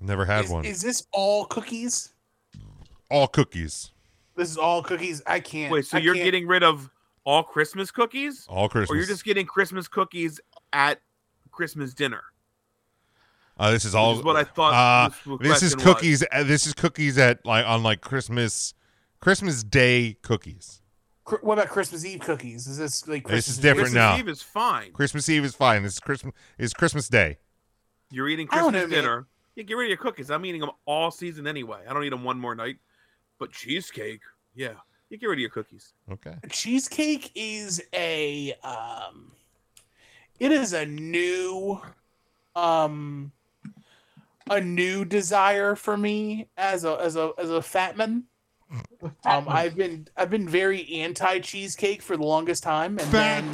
A: Never had
E: is,
A: one.
E: is this all cookies?
A: All cookies.
E: This is all cookies. I can't.
C: Wait, so
E: I
C: you're
E: can't-
C: getting rid of all Christmas cookies,
A: All Christmas.
C: or Oh, you're just getting Christmas cookies at Christmas dinner?
A: Uh, this is
C: Which
A: all.
C: is what I thought.
A: Uh,
C: this, w-
A: this is
C: question was.
A: cookies. uh, This is cookies at like on like Christmas, Christmas Day cookies.
E: Cr- what about Christmas Eve cookies? Is this like Christmas
A: This is
E: Eve?
A: different
C: Christmas
A: now.
C: Eve is fine.
A: Christmas Eve is fine. This is Christmas is Christmas Day.
C: You're eating
E: I don't
C: Christmas
E: know, man.
C: dinner. Yeah, get rid of your cookies. I'm eating them all season anyway. I don't eat them one more night. But cheesecake, yeah. You get rid of your cookies.
A: Okay.
E: cheesecake is a um it is a new um a new desire for me as a as a as a fat man um i've been i've been very anti cheesecake for the longest time and then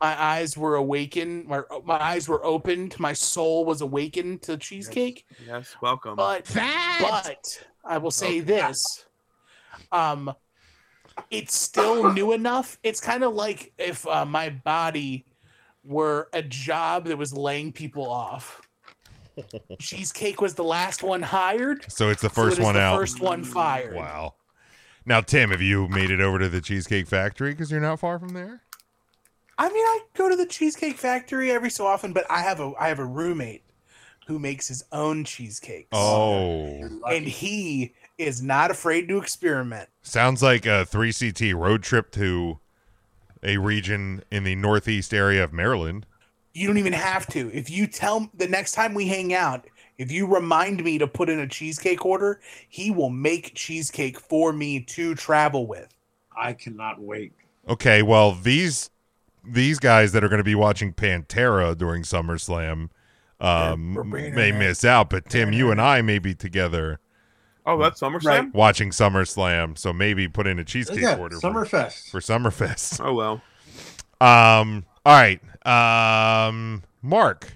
E: my eyes were awakened my, my eyes were opened my soul was awakened to cheesecake
C: Yes, welcome.
E: but but I will say this. Um it's still new enough. It's kind of like if uh, my body were a job that was laying people off. Cheesecake was the last one hired.
A: So it's the
E: so it
A: first
E: is
A: one
E: the
A: out.
E: First one fired.
A: Wow. Now, Tim, have you made it over to the Cheesecake Factory? Because you're not far from there.
E: I mean, I go to the Cheesecake Factory every so often, but I have a I have a roommate who makes his own cheesecakes.
A: Oh,
E: And he is not afraid to experiment.
A: sounds like a three CT road trip to a region in the northeast area of Maryland.
E: You don't even have to. If you tell the next time we hang out, if you remind me to put in a cheesecake order, he will make cheesecake for me to travel with.
B: I cannot wait.
A: Okay, well these these guys that are going to be watching Pantera during SummerSlam
E: We're
A: um,
E: bringing
A: may
E: it.
A: miss out, but Tim, you and I may be together
C: oh, that's SummerSlam?
E: Right.
A: watching SummerSlam, so maybe put in a cheesecake
B: Yeah,
A: order for,
B: Summerfest.
A: for Summerfest.
C: Oh, well.
A: Um, all right, um, Mark,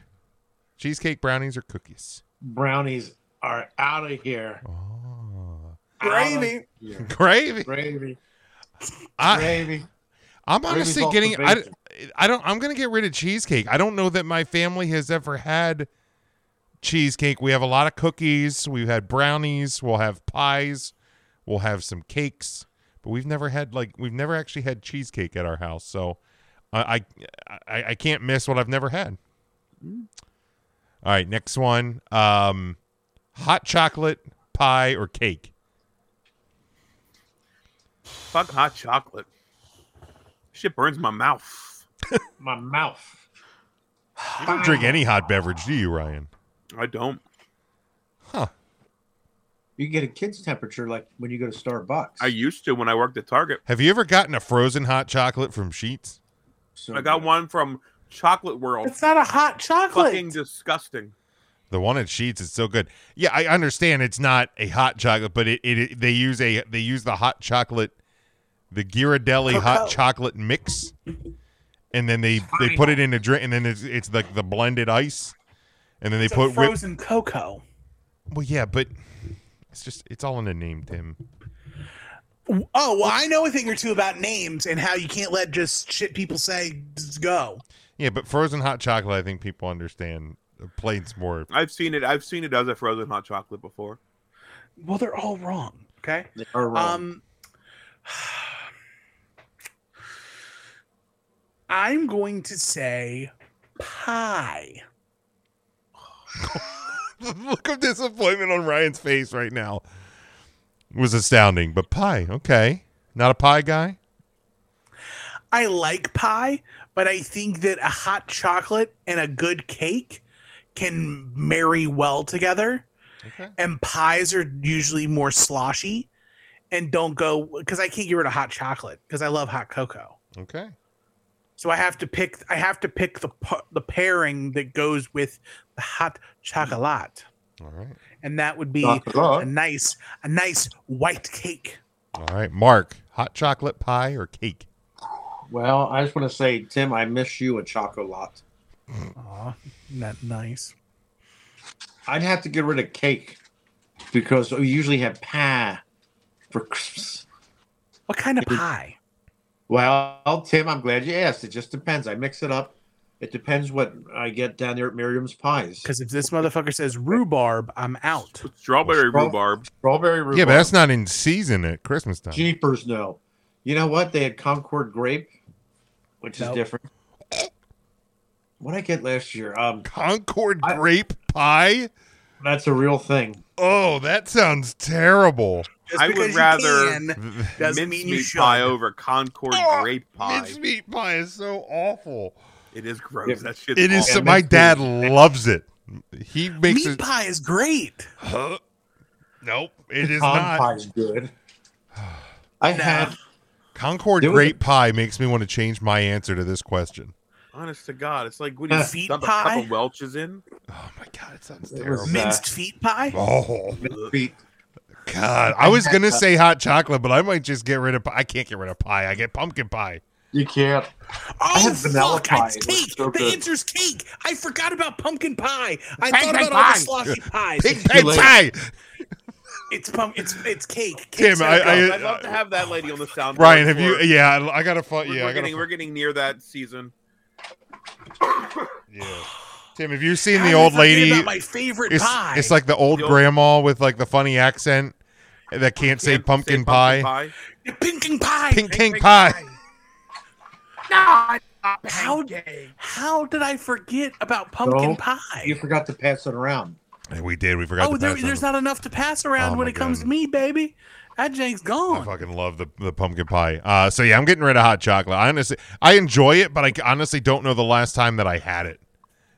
A: cheesecake brownies or cookies?
B: Brownies are out of here.
A: Oh,
E: Gravy.
B: Outta here.
A: gravy.
B: Gravy.
A: I,
B: Gravy.
A: I'm
B: Gravy's
A: honestly
B: off the
A: getting. I,
B: bacon.
A: I don't. I'm gonna get rid of cheesecake. I don't know that my family has ever had cheesecake. We have a lot of cookies. We've had brownies. We'll have pies. We'll have some cakes. But we've never had like we've never actually had cheesecake at our house. So I I I, I can't miss what I've never had. All right, next one. Um, hot chocolate pie or cake.
C: Fuck hot chocolate. Shit burns my mouth.
B: My mouth.
A: You don't drink any hot beverage, do you, Ryan?
C: I don't.
B: You can get a kid's temperature like when you go to Starbucks.
C: I used to when I worked at Target.
A: Have you ever gotten a frozen hot chocolate from Sheets?
B: So
C: I got
B: good.
C: one from Chocolate World.
E: It's not a hot chocolate.
C: Fucking disgusting.
A: The one at Sheets is so good. Yeah, I understand it's not a hot chocolate, but it, it, it- they use a they use the hot chocolate, the Ghirardelli hot
E: Cocoa.
A: chocolate mix, and then they they put it in a drink, and then it's it's like the blended ice, and then they
E: It's a
A: put whipped.
E: frozen cocoa.
A: Well, yeah, but it's just it's all in the name, Tim.
E: Oh well, I know a thing or two about names and how you can't let just shit people say just go.
A: Yeah, but frozen hot chocolate, I think people understand uh, plates more.
C: I've seen it. I've seen it as a frozen hot chocolate before.
E: Well, they're all wrong. Okay.
B: They are wrong.
E: Um, I'm going to say pie.
A: the look of disappointment on Ryan's face right now was astounding. But pie, okay, not a pie guy.
E: I like pie, but I think that a hot chocolate and a good cake can marry well together.
A: Okay.
E: And pies are usually more sloshy and don't go because I can't get rid of hot chocolate because I love hot cocoa.
A: Okay.
E: So I have to pick. I have to pick the pa- the pairing that goes with the hot chocolate,
A: All right.
E: and that would be a
B: Chocolate.
E: nice a nice white cake.
A: All right. Mark, hot chocolate pie or cake?
B: Well, I just want to say, Tim, I miss you a chocolate.
E: Aw, isn't that nice.
B: I'd have to get rid of cake because we usually have pie for Christmas.
E: What kind of
B: It is-
E: pie?
B: Well, Tim, I'm glad you asked. It just depends. I mix it up. It depends what I get down there at Miriam's Pies.
F: Because if this motherfucker says rhubarb, I'm out.
C: Strawberry
B: Straw-
C: rhubarb.
B: Strawberry rhubarb.
A: Yeah, but that's not in season at Christmas time.
B: Jeepers, no. You know what? They had Concord grape, which is
F: Nope.
B: different. What I get last year? Um,
A: Concord
B: I-
A: grape pie?
B: that's a real thing.
A: Oh, that sounds terrible.
E: Just
C: I would
E: because you
C: rather-
E: can
A: Mincemeat
E: doesn't mean you
C: Mincemeat
E: should. Ah,
C: pie over Concord
A: Oh,
C: grape pie.
A: pie is so awful.
C: It is gross.
B: Yeah.
C: That shit.
A: It is.
B: awful.
A: So, my dad loves it. He makes
E: Meat
A: it.
E: pie is great.
A: Huh? Nope, it is
B: Pecan
A: not.
B: pie is good. I
E: Nah.
B: had
A: Concord
B: There was
A: grape pie makes me want to change my answer to this question.
C: Honest to God, it's like what do you
B: Uh,
C: feet
E: feet
C: dump a
E: pie?
C: cup of Welch's in?
A: Oh my god, it sounds
B: It was
A: terrible.
E: Minced feet pie.
A: Oh
B: beet.
A: god, I was gonna say hot chocolate, but I might just get rid of. Pie. I can't get rid of pie. I get pumpkin pie.
B: You can't.
E: Oh
B: had vanilla
E: fuck!
B: pie.
E: It's
B: It was
E: cake.
B: so
E: the
B: good.
E: answer's cake. I forgot about pumpkin pie. I
C: Pie,
E: thought
C: pie,
E: about all
C: pie.
E: the sloshy pies.
A: Pig pie
B: late.
A: pie.
E: It's pump. It's it's cake.
A: Tim,
E: Cake's
A: I-
E: gotta go.
C: I'd love to have that lady on the sound.
A: Ryan, have you? Yeah, I- I gotta find.
C: We're,
A: Yeah,
C: we're
A: I gotta.
C: getting we're getting near that season.
A: fi- yeah. Tim, have you seen
E: How
A: the
E: did I
A: old
E: forget
A: lady?
E: About my favorite
A: It's,
E: pie.
A: it's like the old
C: The old-
A: grandma with like the funny accent that can't say
C: Can't
A: pumpkin pie.
E: The pumpkin pie.
A: Pink king pie.
E: How how did I forget about pumpkin
B: No,
E: pie?
B: You forgot to pass it around.
A: Hey, We did. We forgot.
E: oh,
A: to
E: there,
A: pass
E: there's
A: on.
E: not enough to pass
A: Oh
E: around
A: my
E: when
A: Oh,
E: it comes to
A: goodness.
E: me, baby. That jank's
A: I
E: gone.
A: fucking love the, the pumpkin pie. Uh, so yeah, I'm getting rid of hot chocolate. I honestly, I enjoy it, but I honestly don't know the last time that I had it.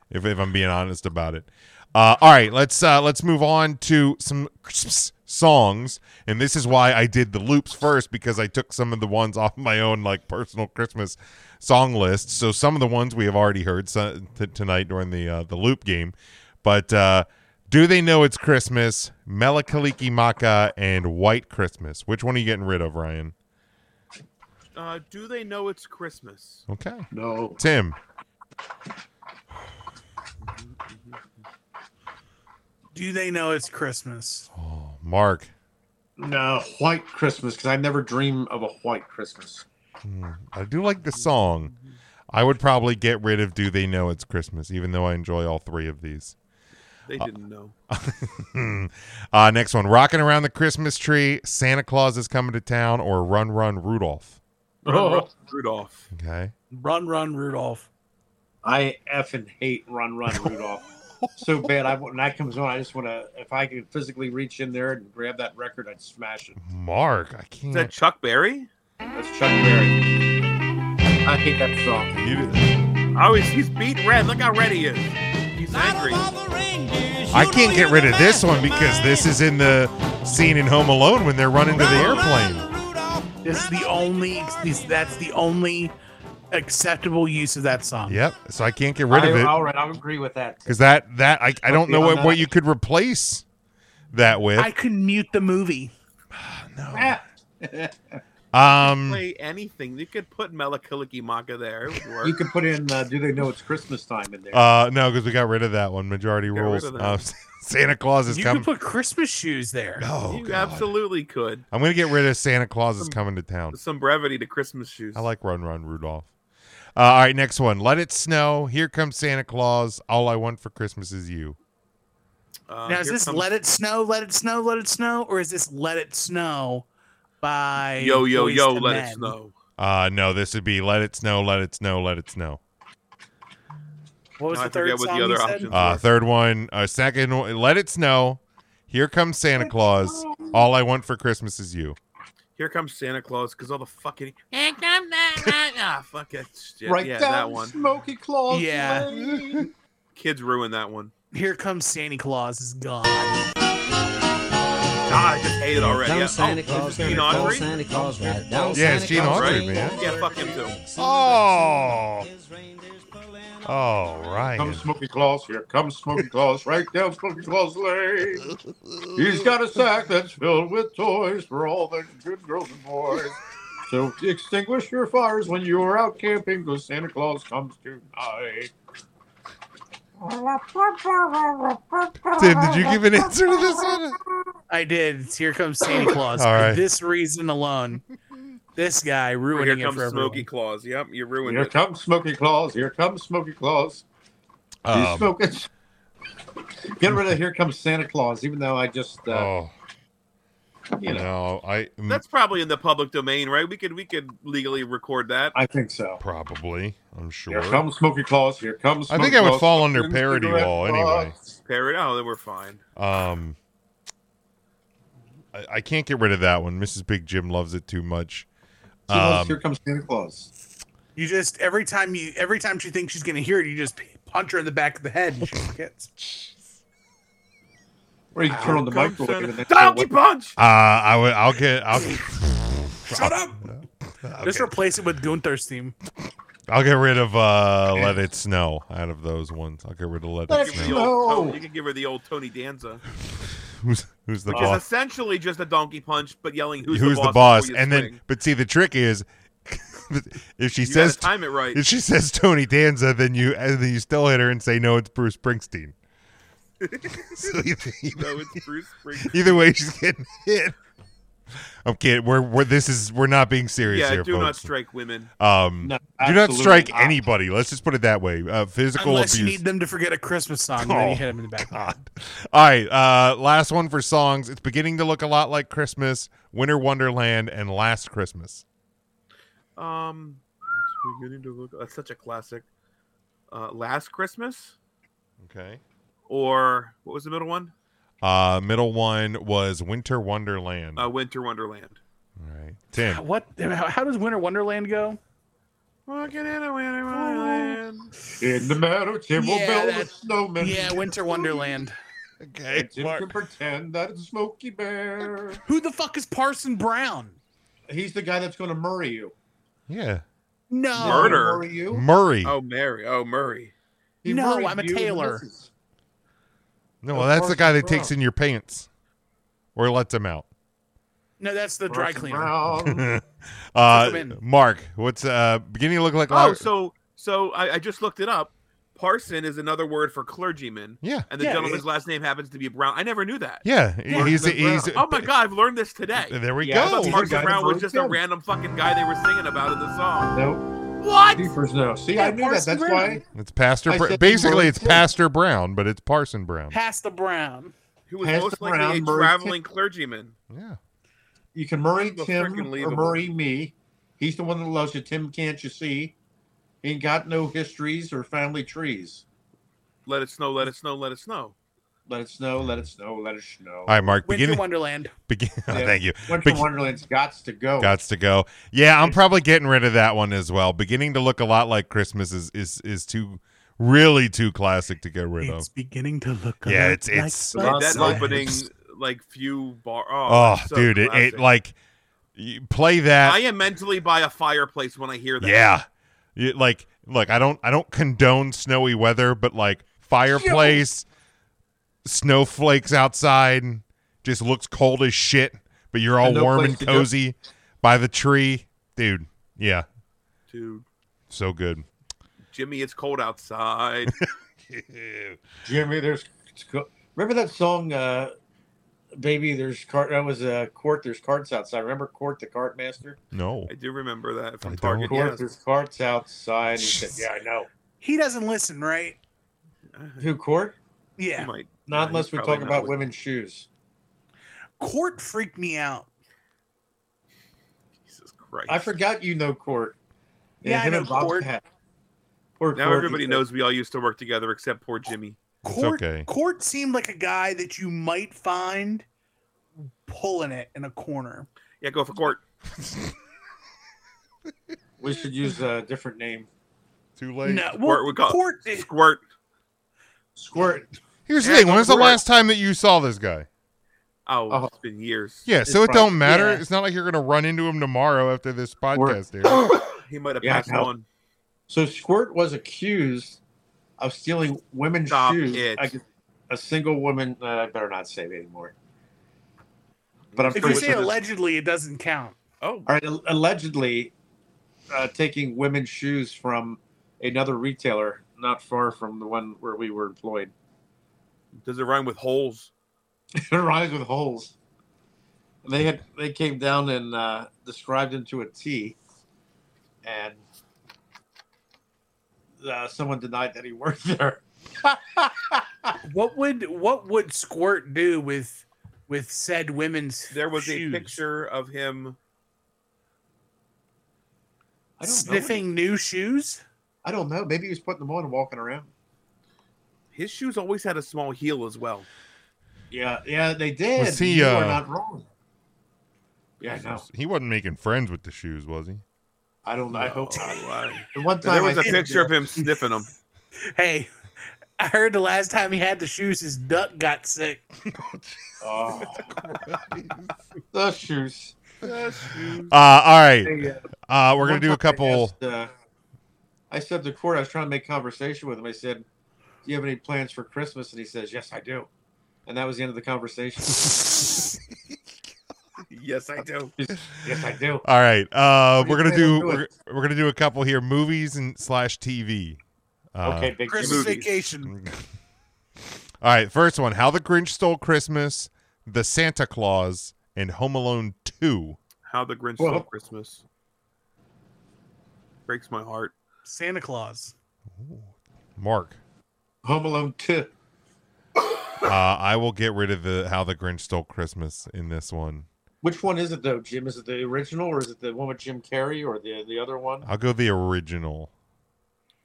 A: If, if I'm being honest about it. Uh, all right, let's uh, let's move on to some Christmas songs, and this is why I did the loops first because I took some of the ones off my own like personal Christmas song list. So some of the ones we have already heard so, t- tonight during the uh, the loop game, but uh, do they know it's Christmas? Melakaliki Maka and White Christmas. Which one are you getting rid of, Ryan?
C: Uh, do they know it's Christmas?
A: Okay,
B: No.
A: Tim.
F: Do they know it's Christmas?
A: Oh, Mark.
B: No. White Christmas, because I never dream of a white Christmas.
A: Hmm. I do like the song. I would probably get rid of Do They Know It's Christmas, even though I enjoy all three of these. Uh,
C: They didn't know.
A: Hmm. uh, next one Rocking Around the Christmas Tree, Santa Claus is Coming to Town, or Run Run Rudolph.
B: Oh.
C: Rudolph.
A: Okay.
F: Run, run, Rudolph.
B: I effing hate Run Run Rudolf so bad. I when that comes on, I just want to. If I could physically reach in there and grab that record, I'd smash it.
A: Mark, I can't.
C: Is that Chuck Berry?
B: That's Chuck Berry. I hate that song.
A: You-
C: Oh, he's, he's beat red. Look how red he is. He's angry.
A: I can't get rid of this one because this is in the scene in Home Alone when they're running to the airplane.
F: This is the only. This, that's the only acceptable use of that song.
A: Yep. So I can't get rid of
B: I-
A: it
B: All right, I agree with that.
A: because that that I, I don't know
B: Beyond
A: what, what
B: that.
A: you could replace that with.
F: I could mute the movie.
A: no.
B: Ah.
A: Um.
C: Play anything. You could put Melakaliki Maka there. It would work.
B: you could put in. Uh, Do they know it's Christmas time in there?
A: Uh. No, because we got rid of that one. Majority
C: rid
A: rules.
C: of that.
A: Uh, Santa Claus is
F: You
A: coming.
F: could put Christmas shoes there.
A: no. Oh,
C: you
A: God.
C: absolutely could.
A: I'm gonna get rid of Santa Claus is coming to town.
C: Some brevity to Christmas shoes.
A: I like Run Run Rudolph. Uh, all right, next one. Let it snow. Here comes Santa Claus. All I want for Christmas is you.
C: Uh,
F: Now is
C: here
F: this
C: comes
F: "Let It Snow, Let It Snow, Let It Snow," or is this "Let It Snow" by
C: Yo, yo,
F: Boyz
C: yo,
F: II
C: let
F: Men?
C: it snow.
A: Uh, no, this would be Let It Snow, Let It Snow, Let It Snow.
F: What was
C: Now I
F: the third
C: forget what the
F: song
C: other
F: you said?
C: options-
A: Uh,
C: Sure.
A: third one, uh, second one, Let It Snow. Here comes Santa Claus. All I want for Christmas is you.
C: Here comes Santa Claus because all the fucking. ah, fuck that shit.
B: right
C: yeah,
B: down
C: that one.
B: Smoky Claus.
F: Yeah.
B: Lane.
C: Kids ruined that one.
F: Here comes Santa Claus is gone.
C: God, I just hate it already.
I: Down
C: Yeah.
I: Santa
C: oh,
I: Claus,
C: Gene
I: Santa Claus,
C: Autry?
I: Santa Claus, right down
A: Yeah,
I: Santa
A: it's Gene
I: Claus,
A: Autry,
I: right?
A: man.
C: Yeah, fuck him too.
A: Oh, all
B: Come
A: right.
B: Smoky Claus, here comes Smoky Claus, right down Smoky Claus Lane. He's got a sack that's filled with toys for all the good girls and boys. So extinguish your fires when you are out camping, 'cause Santa Claus comes tonight.
A: Tim, did you give an answer to this one?
F: I did. It's Here comes Santa Claus.
A: All right.
F: For this reason alone, This guy
C: Here
F: ruining it
C: comes
F: for everyone.
C: Smoky Claws. Yep, you ruined
B: Here
C: it.
B: comes Smoky Claws. Here comes Smoky Claws. He's
A: Um,
B: smoking. Get rid of Here Comes Santa Claus, even though I just, uh,
A: oh
B: you know,
A: no, I mm,
C: That's probably in the public domain, right? We could we could legally record that.
B: I think so.
A: probably. I'm sure.
B: Here comes Smoky Claus. Here comes.
A: I think
B: Smoky
A: I would
B: Claws,
A: fall under
B: Smoky
A: parody
B: Cigarette
A: law anyway.
B: Claws.
C: Parrot. Oh, then we're fine.
A: Um, I, I can't get rid of that one. Mrs. Big Jim loves it too much.
B: She loves
A: Um,
B: here comes Santa Claus.
E: You just every time you every time she thinks she's gonna hear it, you just punch her in the back of the head. And she forgets.
B: Or you can turn on the
C: Comes
B: microwave.
C: in-
B: and then-
C: Donkey Punch.
A: Uh, I would. I'll get. I'll.
E: Shut up! Just
A: Okay.
E: replace it with Gunther's theme.
A: I'll get rid of uh, "Let It Snow" out of those ones. I'll get rid of "Let,
B: Let
A: It
C: Give
A: Snow."
C: her the old
B: No.
C: Tony- you could give her the old Tony Danza,
A: Who's who's the
C: which is
A: boss?
C: essentially just a donkey punch, but yelling who's,
A: who's
C: the boss, before you
A: And
C: swing.
A: then, but see, the trick is, if she
C: you
A: says
C: gotta time it right.
A: if she says Tony Danza, then you and then you still hit her and say no, it's Bruce Springsteen. so either,
C: No, it's Bruce Springsteen.
A: either way, she's getting hit. I'm kidding. We're, we're this is we're not being serious
C: Yeah,
A: here,
C: do not
A: folks.
C: strike women.
A: um,
B: No,
A: do not
B: absolutely
A: strike
B: not.
A: anybody. Let's just put it that way. Uh, physical
E: Unless
A: abuse.
E: you need them to forget a Christmas song, then
A: Oh.
E: you hit them in the back.
A: God. All right. Uh, last one for songs. It's beginning to look a lot like Christmas, Winter Wonderland, and Last Christmas.
C: Um, it's beginning to look. That's such a classic. Uh, Last Christmas,
A: Okay.
C: or what was the middle one?
A: Uh, middle one was Winter Wonderland.
C: Uh, Winter Wonderland.
A: All right. Tim.
F: What? How, how does Winter Wonderland go?
C: Walking in a Winter Wonderland.
B: In the meadow, Jim will
F: Yeah,
B: build a
F: that's-
B: snowman.
F: Yeah, Winter Wonderland.
A: Okay.
B: And Jim can pretend that it's Smokey Bear.
F: Who the fuck is Parson Brown?
B: He's the guy that's going to murder you.
A: Yeah.
F: No.
C: Murder.
B: Murray you.
A: Murray.
C: Oh, Mary. Oh, Murray.
F: No,
B: murdered
F: I'm a
B: you and
F: tailor.
B: misses.
A: no,
B: of
A: well, that's the
B: course
A: guy
B: he's
A: that takes
B: wrong.
A: in your pants or lets him out.
F: No, that's the dry
B: Parson
F: cleaner.
B: Brown.
A: Uh,
F: Took him in.
A: Mark, what's uh, beginning to look like?
C: Oh,
A: la-
C: so so I, I just looked it up. Parson is another word for clergyman,
A: yeah.
C: and the
F: Yeah,
C: gentleman's
F: it-
C: left name happens to be Brown. I never knew that.
A: Yeah.
B: Mark
A: He's,
B: Lynn
A: he's,
B: Brown.
C: Oh my god, I've learned this today.
A: There we
B: Yeah,
C: I thought
B: he's
A: go.
B: a guy
C: Parson
B: that
C: Brown was
B: wrote
C: just a
B: him.
C: random fucking guy they were singing about in the song.
B: No,
C: What?
B: deepers no. See, I
F: Yeah,
B: knew
F: Parson
B: that. That's
F: Brown.
B: why.
A: It's Pastor.
B: I
A: Br-
B: said he
A: Basically,
B: wrote
A: it's
B: Tim.
A: Pastor Brown, but it's Parson Brown.
F: Pass the Brown.
C: Who was
B: Pastor
C: most likely
B: Brown,
C: a
B: Murray
C: traveling clergyman?
A: Yeah.
B: You can Murray
C: Unbelievable,
B: Tim
C: freaking
B: or
C: believable.
B: Murray me. He's the one that loves you. Tim, can't you see? He ain't got no histories or family trees.
C: Let it snow, let it snow, let it snow.
B: Let it snow, let it snow, let it snow.
A: All right, Mark.
F: Winter
A: Beginning.
F: Wonderland.
A: begin- Oh,
B: Yeah.
A: Thank you.
B: Winter
A: Beg-
B: Wonderland's got to go.
A: Gots to go. Yeah, I'm probably getting rid of that one as well. Beginning to look a lot like Christmas is is is too really too classic to get rid
E: It's
A: of.
E: beginning to look. a
A: Yeah,
E: lot
A: it's- it's-
E: like
C: That-
B: Lots
C: that
B: of-
C: opening, like few bar. Oh,
A: Oh,
C: that's so
A: dude, it,
C: classic.
A: it like you play that.
C: I am mentally by a fireplace when I hear that.
A: yeah, You- like look, I don't I don't condone snowy weather, but like fireplace, snowflakes outside, just looks cold as shit. But you're all
B: And no
A: warm
B: place
A: and
B: to go.
A: cozy by the tree, dude. Yeah,
C: dude.
A: so good.
C: Jimmy, it's cold outside.
B: Jimmy, there's. it's co- Remember that song, uh, "Baby"? There's cart. That was uh, court. There's carts outside. Remember court, the cart master.
A: No,
C: I do remember that
A: I
C: from
A: don't.
C: Target.
B: Court,
C: yes.
B: there's carts outside. He said, "Yeah, I know."
E: He doesn't listen, right?
C: Oh
B: Who court?
C: You
E: Yeah.
C: might-
B: Not
C: Yeah,
B: unless
C: he's
B: we
C: probably
B: talk
C: not
B: about
C: with-
B: women's shoes.
E: Court freaked me out.
C: Jesus Christ!
B: I forgot you know court.
E: Yeah, I
B: him
E: know
B: and Bob
E: Court.
B: Pat. Poor
C: Now
B: Court,
C: everybody
B: he said,
C: knows we all used to work together, except poor Jimmy.
E: Court
A: okay.
E: Court seemed like a guy that you might find pulling it in a corner.
C: Yeah, go for court.
B: We should use a different name.
A: too late.
E: no,
C: Court
E: well,
C: would call-
E: Court
C: Squirt.
B: Squirt.
A: Here's the
C: Yeah,
A: thing. When
C: don't
A: was the
C: worry.
A: last time that you saw this guy?
C: Oh,
B: Oh.
C: it's been years.
A: Yeah,
B: It's
A: so it
B: probably-
A: don't matter.
E: yeah.
A: It's not like you're gonna run into him tomorrow after this podcast. Here.
C: He might have
B: Yeah,
C: passed
B: no.
C: on.
B: So Squirt was accused of stealing women's
C: Stop
B: shoes.
C: it.
B: I could- a single woman. Uh, I better not say it anymore. But I'm
E: If
B: pretty
E: you
B: sure.
E: say
B: this-
E: allegedly, it doesn't count.
C: Oh,
B: all right, al- allegedly uh, taking women's shoes from another retailer not far from the one where we were employed.
C: does it rhyme with holes?
B: it rhymes with holes. They had they came down and uh, described him to a T, and uh, someone denied that he worked there.
F: What would what would Squirt do with with said women's
C: There was
F: shoes?
C: a picture of him.
B: I don't know.
F: sniffing new shoes?
B: I don't know. Maybe he was putting them on and walking around.
C: His shoes always had a small heel as well.
B: Yeah, yeah, they did.
A: Was he,
B: you are
A: uh,
B: not wrong. Yeah, no,
A: He wasn't making friends with the shoes, was he?
B: I don't. know. I hope not.
C: Oh, uh,
B: The one time
C: there was
B: I
C: a
B: did
C: picture of
B: that-
C: him sniffing them.
F: Hey, I heard the last time he had the shoes, his duck got sick.
B: Oh, the shoes.
A: Uh, all right.
B: Hey, uh,
A: Uh, we're gonna
B: One
A: do a
B: time I
A: couple.
B: asked, uh, I said to Court, I was trying to make conversation with him. I said, "Do you have any plans for Christmas?" And he says, "Yes, I do." And that was the end of the conversation.
C: Yes, I do.
B: yes, I do.
A: All right. Uh,
B: What do
A: we're
B: you
A: gonna
B: plan
A: do.
B: on doing?
A: We're, we're gonna do a couple here. Movies and slash TV. Uh,
B: Okay, big
E: Christmas
C: movies.
E: vacation.
A: All right. First one: How the Grinch Stole Christmas, The Santa Claus, and Home Alone Two.
C: How the Grinch
B: Well-
C: Stole Christmas. Breaks my heart.
E: Santa Claus.
A: Mark,
B: Home Alone Two.
A: uh, I will get rid of the How the Grinch Stole Christmas in this one.
B: Which one is it though, Jim? Is it the original or is it the one with Jim Carrey or the the other one?
A: I'll go the original.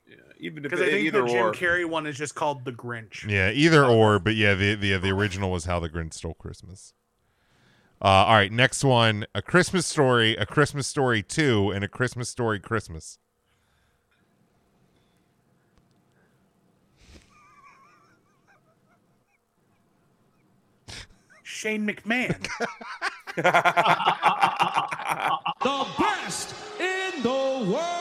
C: Yeah, even if
F: Because I
C: it,
F: think
C: either
F: the Jim
C: or.
F: Carrey one is just called The Grinch.
A: Yeah, either or, but yeah, the the the original was How the Grinch Stole Christmas. Uh, all right, next one: A Christmas Story, A Christmas Story Two, and A Christmas Story Christmas.
F: Shane McMahon.
I: The best in the world.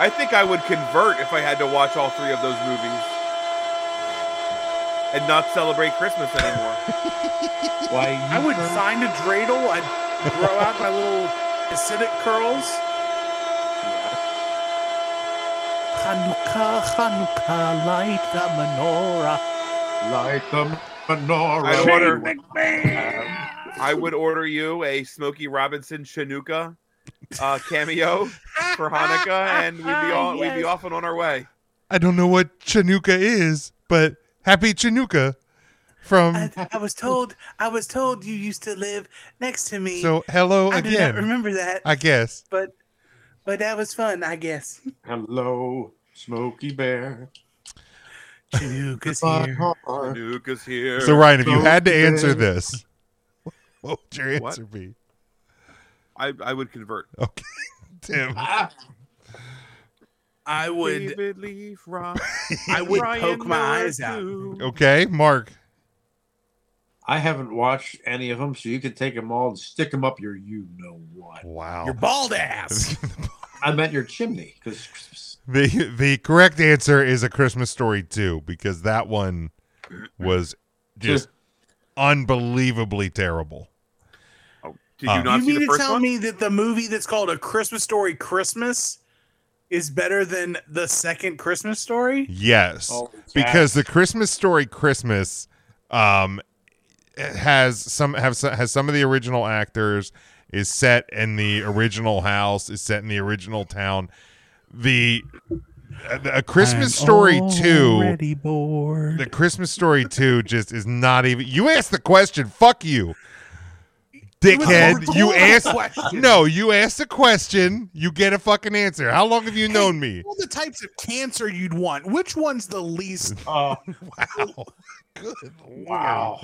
C: I think I would convert if I had to watch all three of those movies and not celebrate Christmas anymore.
B: Why? You
F: I would
B: turn-
F: find a dreidel. I'd grow out my little acidic curls. Hanukkah, Hanukkah, light the menorah.
B: light the menorah.
C: I don't order. I would order you a Smokey Robinson Chinooka uh, cameo for Hanukkah, and we'd be all we'd be off and on our way.
A: I don't know what Chinooka is, but Happy Chinooka from
E: I, I was told. I was told you used to live next to me.
A: so hello
E: I do not
A: again.
E: remember that,
A: I guess.
E: but but that was fun, I guess.
B: Hello, Smokey Bear.
E: Chinooka's
B: My
E: here.
B: heart.
C: Chinooka's here.
A: So Ryan, if you
B: Go
A: had to
B: to
A: answer
B: bed.
A: this, what would your
C: What?
A: answer be?
C: I, I would convert.
A: Okay, Tim.
B: Ah,
E: I would.
C: David Leaf Ross.
E: I would
C: Ryan
E: poke my
C: Miller
E: eyes out.
C: too.
A: Okay, Mark.
B: I haven't watched any of them, so you can take them all and stick them up your you know what.
A: Wow.
E: Your bald ass.
B: I meant your chimney because Christmas.
A: The the correct answer is a Christmas story too, because that one was just unbelievably terrible.
C: Did
A: Uh,
C: you not
E: you
C: see
E: mean
C: the
E: to
C: first
E: tell
C: one?
E: me that the movie that's called A Christmas Story Christmas is better than the second Christmas Story?
A: Yes.
B: Holy
A: because the
B: cats.
A: Christmas story Christmas um has some have some, has some of the original actors is set in the original house, is set in the original town. The uh, a Christmas story too.
E: bored.
A: The Christmas Story 2 just is not even. You asked the question. Fuck you. Dickhead. You asked. No, you asked a question. You get a fucking answer. How long have you known me?
E: All the types of cancer you'd want. Which one's the least?
B: Oh,
A: Wow. Good
B: wow.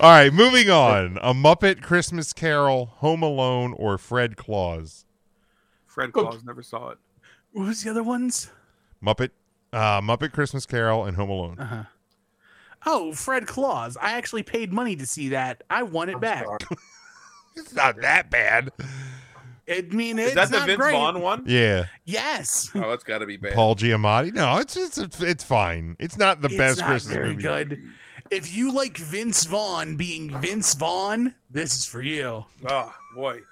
A: All right, moving on. A Muppet Christmas Carol, Home Alone, or Fred Claus?
C: Fred Claus never saw it.
E: What was the other ones?
A: Muppet. Uh, Muppet Christmas Carol and Home Alone.
F: Oh, Fred Claus. I actually paid money to see that. I want it
B: I'm
F: back.
B: sorry.
A: It's not that bad.
F: I mean, it's
C: Is that the
F: not
C: Vince
F: great.
C: Vaughn one?
A: Yeah,
F: Yes.
C: Oh, that's got to be bad.
A: Paul Giamatti. No, it's it's it's fine. It's not the
F: It's
A: best
F: not
A: Christmas
F: very
A: movie.
F: good. If you like Vince Vaughn being Vince Vaughn, this is for you.
C: Oh boy.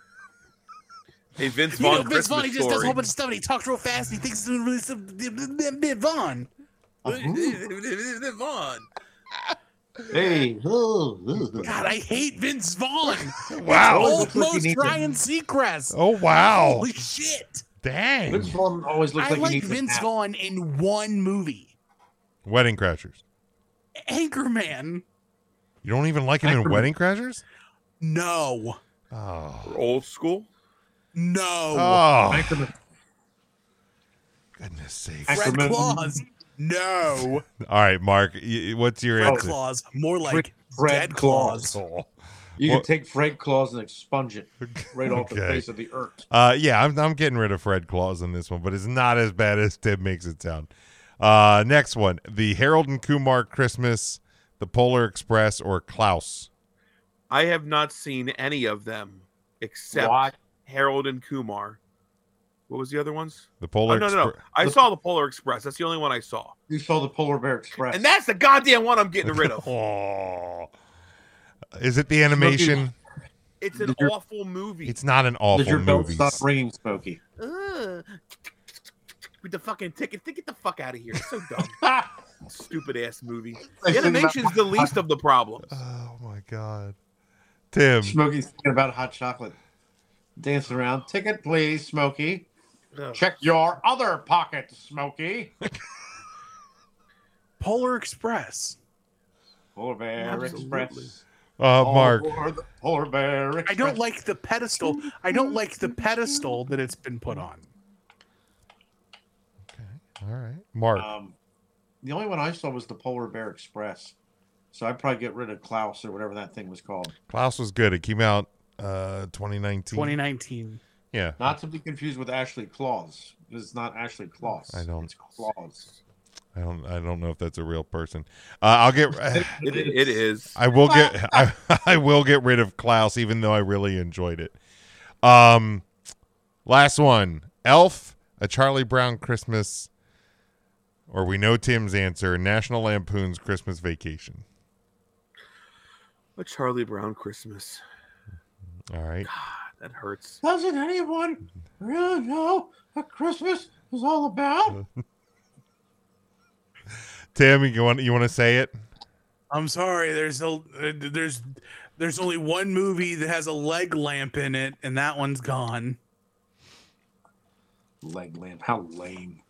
C: Hey Vince
F: you
C: Vaughn.
F: know, Vince Vaughn, he
C: Christmas
F: just does a
C: story.
F: whole bunch of stuff and he talks real fast and he thinks it's really some Vince Vaughn.
B: Uh-huh.
C: Vaughn.
B: Hey, oh, oh,
E: God, I hate Vince Vaughn.
A: Wow.
B: Looks like he
E: Almost Ryan Seacrest.
A: Oh wow.
E: Holy shit!
B: Vince
A: Dang.
B: Vaughn always looks
E: I
B: like, he
E: like
B: needs a
E: Vince
B: nap.
E: Vaughn in one movie,
A: Wedding Crashers.
E: Anchorman.
A: You don't even like him in Wedding Crashers?
E: No,
A: Oh.
C: Old school.
E: no.
A: Oh.
B: Anchorman.
A: Goodness sake.
E: Red
B: Anchorman.
E: Claws. No.
A: All right, Mark. y- y- What's your
E: Red
A: answer?
E: Claws. More like
B: Red- Red
E: Dead Claws.
A: Oh.
B: You can
A: Well-
B: take Frank Claus and expunge it right off the
A: Okay.
B: face of the earth.
A: Uh, yeah, I'm, I'm getting rid of Fred Claus in this one, but it's not as bad as Tim makes it sound. Uh, next one The Harold and Kumar Christmas, The Polar Express, or Klaus.
C: I have not seen any of them except
B: Why?
C: Harold and Kumar. What was the other ones?
A: The
C: Oh,
A: Polar
C: no, no, no.
A: Expre-
C: I saw the Polar Express. That's the only one I saw,
B: You saw the Polar Bear Express.
C: and that's the goddamn one I'm getting rid of.
A: Aw. Is it the animation?
C: It's an
B: Did your-
C: awful movie.
A: It's not an
B: Did
A: awful
B: your belt
A: movie.
B: stop ringing, Smokey?
C: Ugh. with the fucking ticket. Get the fuck out of here. It's so dumb. Stupid ass movie. The animation's the least of the problems.
A: Oh my god, Tim.
B: Smokey's thinking about hot chocolate. Dancing around. Ticket, please, Smokey.
A: Uh,
C: Ugh.
B: Check your other pocket, Smokey.
E: Polar Express.
B: Polar Bear
C: Absolutely.
B: Express.
A: Uh,
B: All
A: Mark.
B: aboard the Polar Bear Express.
E: I don't like the pedestal. I don't like the pedestal that it's been put on.
A: All right, Mark.
B: Um, the only one I saw was the Polar Bear Express. So I'd probably get rid of Klaus or whatever that thing was called.
A: Klaus was good. It came out uh 2019.
F: 2019.
A: Yeah.
B: Not to be confused with Ashley Claus. It's not Ashley Claus.
A: I don't-
B: It's Claus.
A: I don't. I don't know if that's a real person. Uh, I'll get.
C: It, it is.
A: I will get I, I will get rid of Klaus even though I really enjoyed it. Um last one. Elf, a Charlie Brown Christmas or we know Tim's answer, National Lampoon's Christmas Vacation.
C: A Charlie Brown Christmas.
A: All right.
C: That hurts.
B: Doesn't anyone really know what Christmas is all about?
A: Tim, you want you want to say it?
E: I'm sorry. There's a there's there's only one movie that has a leg lamp in it, and that one's gone.
B: Leg lamp. How lame.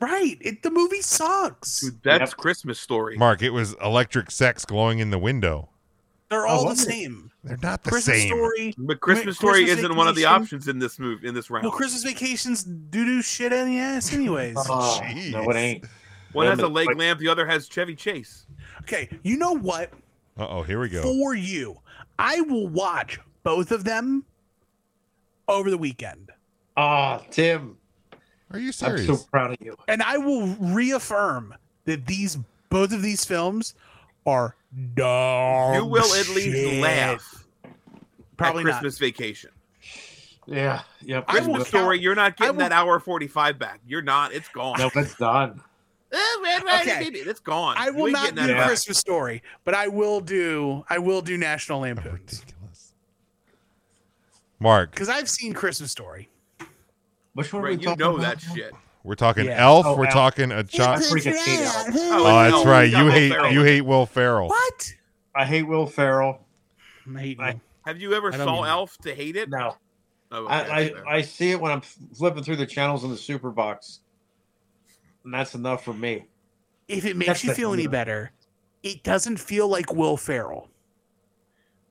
E: Right. It the movie sucks.
C: Dude, that's
B: Yep.
C: Christmas story.
A: Mark, it was electric sex glowing in the window.
E: They're all the
B: love it.
E: same.
A: They're not the
E: Christmas
A: same.
E: Story.
C: but Christmas
E: Christmas
C: story isn't one of the
E: Vacation.
C: options in this move in this round.
E: Well, Christmas vacations doo doo shit in the ass, anyways.
B: Oh, no,
A: jeez.
B: it ain't.
C: One has a
B: Damn it.
C: leg lamp, the other has Chevy Chase.
E: okay, you know what?
A: Uh-oh, here we go.
E: For you, I will watch both of them over the weekend,
B: Ah, Tim.
A: Are you
B: I'm
A: serious?
B: so proud of you.
E: and I will reaffirm that these both of these films are dog.
C: you will at least
E: Oh, shit.
C: laugh.
E: Probably
C: Probably
E: not.
C: Christmas vacation.
B: Yeah. Yep.
E: I will
C: Christmas story. You're not
E: I
C: getting
E: will-
C: that hour forty five back. You're not. It's gone.
B: Nope, it's done.
C: Eh, Red Riding
E: Okay.
C: Hood, It's gone.
E: I
C: You
E: will
C: ain't
E: not
C: getting
E: do
C: that back.
E: Christmas Story, but I will do I will do National
A: Oh,
E: Lampoons
A: ridiculous. Mark,
E: because I've seen Christmas Story.
B: Which one are we
C: Right, you
B: talking
C: know
B: about?
C: that shit.
A: We're talking
E: Yeah.
A: Elf.
B: Oh,
A: we're
B: Elf.
A: talking a
B: I
A: child.
B: freaking hate Elf.
C: Oh,
A: Oh,
C: no,
A: that's right.
C: we got
A: You
C: Will
A: hate
C: Ferrell.
A: you hate Will Ferrell.
E: What?
B: I hate Will Ferrell.
F: I'm hating
B: I-
F: you.
C: Have you ever
F: I don't
C: saw
F: even-
C: Elf to hate it?
B: No.
C: Oh, okay,
B: I,
C: fair.
B: I, I see it when I'm flipping through the channels in the super box. And that's enough for me.
E: If it makes
B: That's
E: you
B: the-
E: feel any better, it doesn't feel like Will Ferrell.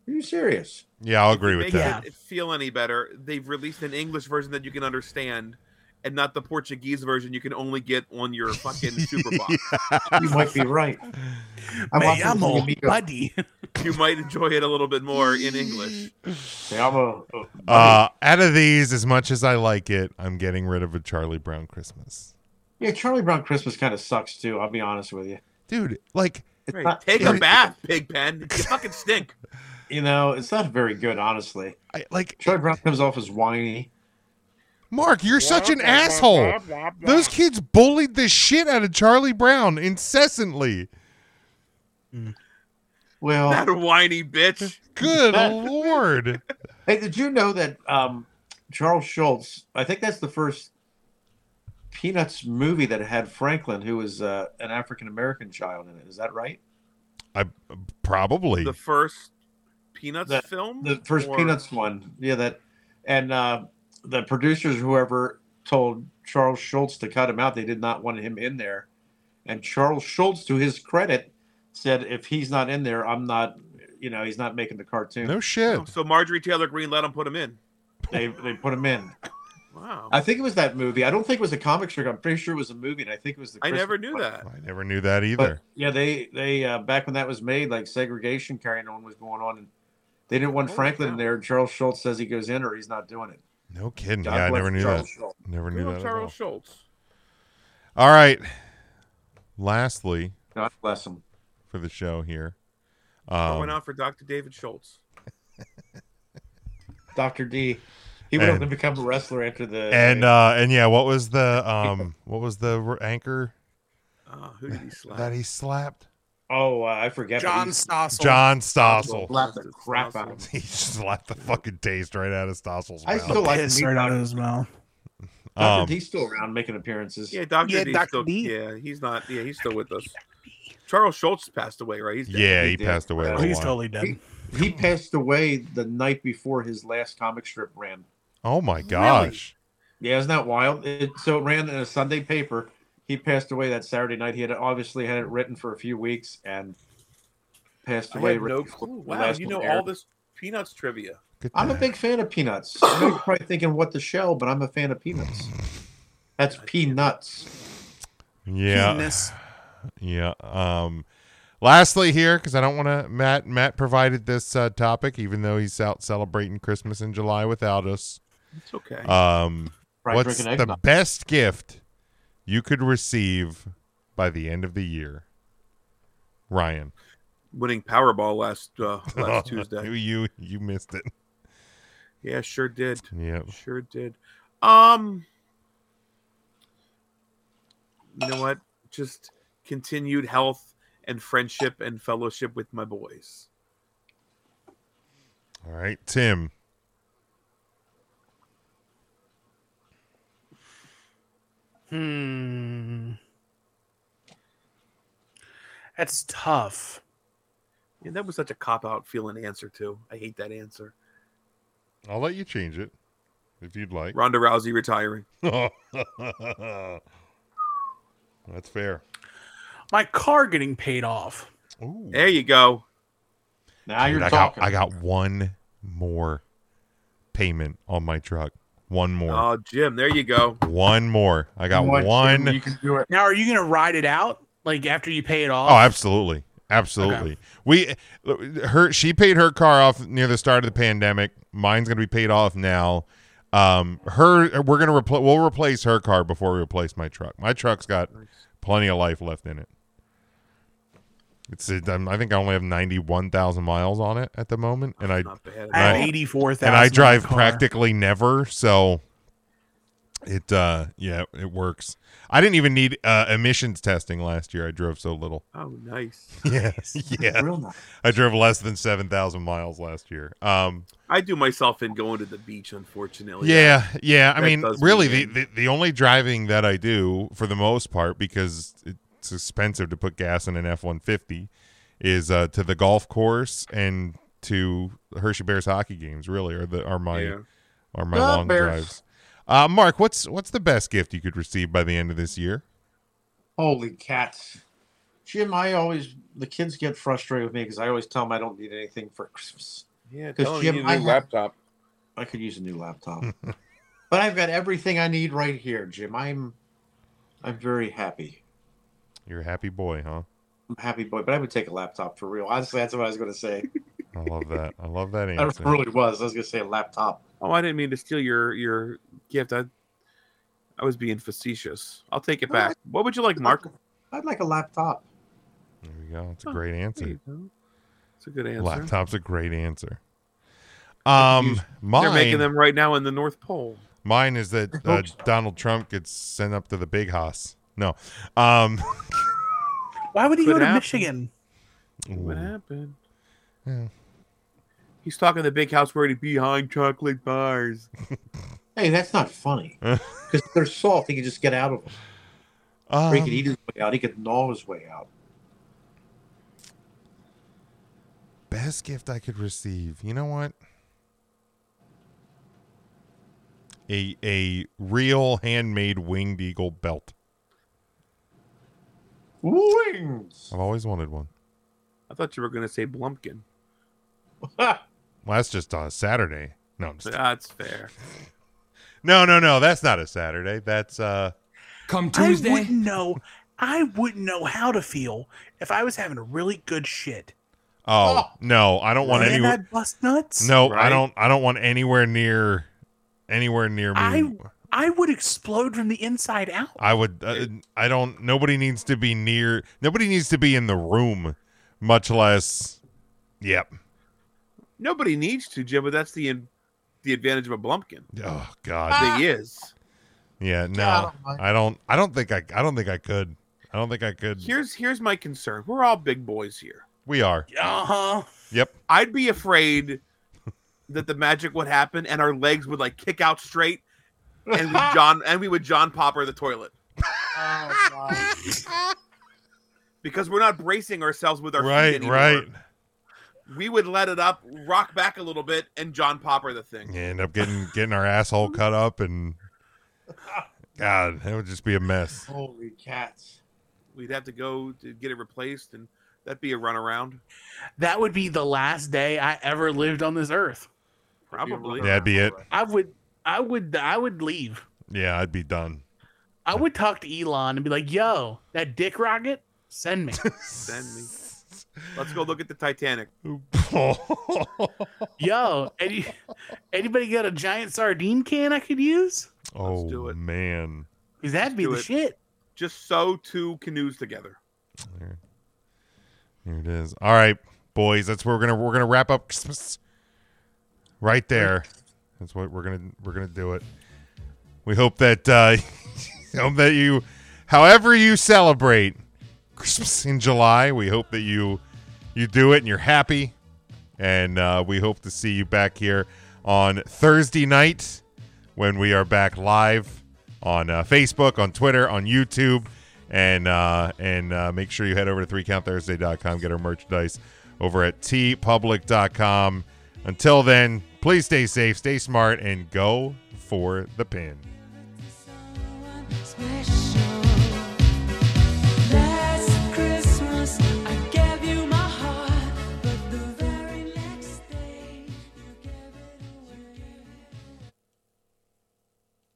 B: Are you serious?
A: Yeah, I'll agree with
C: Makes
A: that.
C: it feel any better? They've released an English version that you can understand, and not the Portuguese version you can only get on your fucking super box.
B: You might be right. I'm
E: Me
B: watching
E: llamo
B: Amigo.
E: Buddy.
C: You might enjoy it a little bit more in English.
B: Me llamo- oh,
A: Uh, out of these, as much as I like it, I'm getting rid of a Charlie Brown Christmas.
B: yeah, Charlie Brown Christmas kind of sucks too. I'll be honest with you.
A: Dude, like,
B: It's
C: Right,
B: not,
C: Take a bath, Pigpen. You fucking stink.
B: you know, it's not very good, honestly.
A: I, like
B: Charlie Brown comes off as whiny.
A: Mark, you're such an asshole. Those kids bullied the shit out of Charlie Brown incessantly.
B: Well, Oh.
C: That whiny bitch.
A: Good lord.
B: hey, did you know that um, Charles Schultz? I think that's the first Peanuts movie that had Franklin, who was uh, an African American child in it. Is that right?
A: I probably
C: the first Peanuts
B: The-
C: film?
B: the first
C: Or-
B: Peanuts one. Yeah, that and uh, the producers, whoever told Charles Schultz to cut him out, they did not want him in there. And Charles Schultz, to his credit, said, "If he's not in there, I'm not. You know, he's not making the cartoon."
A: no shit.
C: Oh, so Marjorie Taylor Green let him put him in.
B: They they put him in.
C: Wow.
B: I think it was that movie. I don't think it was a comic strip. I'm pretty sure it was a movie. And I think it was the.
C: I
B: Christmas
C: never knew
B: one.
C: that.
A: I never knew that
B: But
A: either.
B: yeah, they they uh, back when that was made, like segregation carrying on was going on, and they didn't want
C: Oh,
B: Franklin
C: wow.
B: in there. And Charles Schultz says he goes in or he's not doing it.
A: no kidding.
B: God
A: yeah, I
B: bless
A: never knew
B: Charles
A: that.
B: Schultz.
A: Never
C: Good
A: knew
C: old
A: that. At all.
C: Charles Schultz.
A: all right. Lastly,
B: God bless him.
A: for the show here,
C: Going
A: um,
C: out for Dr. David Schultz.
B: Dr. D. He went
A: And-
B: on to become a wrestler after the
A: and uh, and yeah, what was the um, what was the r- anchor
C: Uh, who did he slap?
A: that he slapped?
B: oh, uh, I forget. but
E: John
B: he
E: Stossel.
A: John Stossel.
B: slapped the crap out of him.
A: He slapped the fucking taste right out of Stossel's
B: I
A: mouth.
B: still like
F: Piss
B: meat
F: right out of
B: Dr.
F: his mouth.
A: Um,
B: Dr. D's still around making appearances.
C: Yeah, Dr.
E: Yeah,
C: D's
E: Dr.
C: still,
E: D.
C: Yeah, he's not. Yeah, he's still with us. Charles Schultz passed away, right? He's dead.
A: yeah,
B: He
A: he
B: did.
A: passed away. a
F: He's
A: while.
F: totally dead.
B: He passed away the night before his last comic strip ran.
A: Oh my gosh.
B: Yeah, isn't that wild? It, so it ran in a Sunday paper. He passed away that Saturday night. He had obviously had it written for a few weeks and passed
C: I
B: away.
C: had
B: right
C: no
B: before
C: clue.
B: the
C: Wow,
B: last
C: you
B: one
C: know
B: aired.
C: all this Peanuts trivia.
A: Good
B: I'm a
A: night.
B: big fan of peanuts. I know You're probably thinking, what the shell? But I'm a fan of peanuts. That's peanuts.
A: yeah.
E: Penis.
A: Yeah. Um lastly here cuz I don't want to Matt Matt provided this uh, topic even though he's out celebrating Christmas in July without us.
C: It's okay.
A: Um
B: Fried
A: what's
B: drinking
A: the
B: eggnog.
A: best gift you could receive by the end of the year? Ryan.
C: Winning Powerball last uh, last
A: You
C: Tuesday.
A: you you missed it.
C: Yeah, sure did.
A: Yeah.
C: Sure did. Um, you know what? Just continued health and friendship and fellowship with my boys.
A: All right, Tim.
F: Hmm. That's tough.
C: And that was such a cop out feeling answer too. I hate that answer.
A: I'll let you change it if you'd like.
C: Ronda Rousey retiring.
A: That's fair.
F: My car getting paid off.
A: Ooh.
C: There you go.
B: Now
A: Dude,
B: you're
A: I
B: talking.
A: Got, I got one more payment on my truck. One more.
C: Oh, Jim, there you go.
A: one more. I got
B: Come on,
A: one.
B: Jim, Oh. You can do it.
F: Now, are you gonna ride it out? Like after you pay it
A: Oh,
F: off?
A: absolutely. Absolutely. We her she paid her car off near the start of the pandemic. Mine's going to be paid off now. Um her we're going to repl- we'll replace her car before we replace my truck. My truck's got plenty of life left in it. It's um, I think I only have 91,000 miles on it at the moment and I
C: Not bad.
F: I have
A: Right.
F: eighty four thousand.
A: and I drive practically never, so it uh yeah, it works. I didn't even need uh emissions testing last year. I drove so little.
C: Oh, nice.
A: Yeah. yeah.
B: Real nice.
A: I drove less than 7,000 miles last year. Um
C: I do myself in going to the beach, unfortunately.
A: yeah, yeah. I
C: Oh, That
A: mean,
C: does
A: really the,
C: mean-
A: the the only driving that I do for the most part because it's expensive to put gas in an F150 is uh to the golf course and to Hershey Bears hockey games really are the are my
C: Yeah.
A: or my
B: Go
A: long
B: Bears.
A: drives. Uh, Mark, what's what's the best gift you could receive by the end of this year?
B: Holy cats. Jim, I always, the kids get frustrated with me because I always tell them I don't need anything for Christmas.
C: Yeah,
B: 'Cause
C: tell him
B: Jim,
C: you need
B: I
C: a new
B: have-
C: laptop.
B: I could use a new laptop. but I've got everything I need right here, Jim. I'm, I'm very happy.
A: You're a happy boy, huh?
B: I'm a happy boy, but I would take a laptop for real. Honestly, that's what I was going to say.
A: I love that. I love that
B: I
A: answer.
B: really was. I was going to say a laptop.
C: Oh, I didn't mean to steal your your gift. I I was being facetious. I'll take it back. What would you like, Mark?
B: I'd like a laptop.
A: there we go. It's a great answer.
C: It's a good answer.
A: Laptop's a great answer. Um, mine,
C: They're making them right now in the North Pole.
A: mine is that uh, Donald Trump gets sent up to the big hoss. No, um,
E: Why would he
C: Could
E: go to
C: happen.
E: Michigan?
C: What
A: ooh,
C: happened?
A: Yeah.
C: He's talking the big house where he behind chocolate bars.
B: Hey, that's not funny. Because they're soft. He can just get out of them. Or he
A: um,
B: could eat his way out. He could gnaw his way out.
A: best gift I could receive. You know what? A a real handmade winged eagle belt.
B: Wings.
A: I've always wanted one.
C: I thought you were going to say Blumpkin.
A: Oh, Well, that's just on a Saturday. No, I'm just,
C: That's fair.
A: no, no, no. That's not a Saturday. That's uh.
I: Come
E: I
I: Tuesday,
E: wouldn't know. I wouldn't know how to feel if I was having a really good shit.
A: Oh, no, I don't want
E: and I
A: anywhere.
E: bust nuts.
A: No, I
C: Right?
A: don't. I don't want anywhere near, anywhere near me.
E: I I would explode from the inside out.
A: I would. Uh, I don't. Nobody needs to be near. Nobody needs to be in the room, much less. Yep.
C: Nobody needs to, Jim, but that's the the advantage of a Blumpkin.
A: Oh God.
C: Thing is,
A: Yeah. No.
B: God almighty.
A: I don't. I don't think I. I don't think I could. I don't think I could.
C: here's here's my concern. We're all big boys here.
A: we are.
E: Uh
F: Uh-huh.
E: huh.
A: Yep.
C: I'd be afraid that the magic would happen and our legs would like kick out straight, and we John and we would John Popper the toilet
B: Oh, my.
C: because we're not bracing ourselves with our feet
A: Right.
C: anymore.
A: Right.
C: We would let it up, rock back a little bit, and John Popper the thing.
A: You end up getting getting our asshole cut up and. God, that would just be a mess.
B: Holy cats.
C: We'd have to go to get it replaced, and that'd be a runaround.
F: That would be the last day I ever lived on this earth.
C: Probably.
A: That'd be it.
F: I would, I would, I would leave.
A: Yeah, I'd be done.
F: I would talk to Elon and be like, "Yo, that dick rocket, send me."
C: Send me. Let's go look at the Titanic.
A: oh,
F: Yo, any, anybody got a giant sardine can I could use?
C: do it.
A: man.
F: Because that'd be
C: do
F: the
C: it.
F: shit.
C: Just sew two canoes together.
A: There, there it is. All right, boys. That's where we're gonna we're gonna wrap up Christmas. Right there. That's what we're gonna we're gonna do it. We hope that uh, hope that you, however you celebrate Christmas in July, we hope that you you do it and you're happy, and uh, we hope to see you back here on Thursday night when we are back live on uh, Facebook, on Twitter, on YouTube, and uh, and uh, make sure you head over to 3countthursday.com, get our merchandise over at tpublic.com. Until then, please stay safe, stay smart, and go for the pin.
G: Smash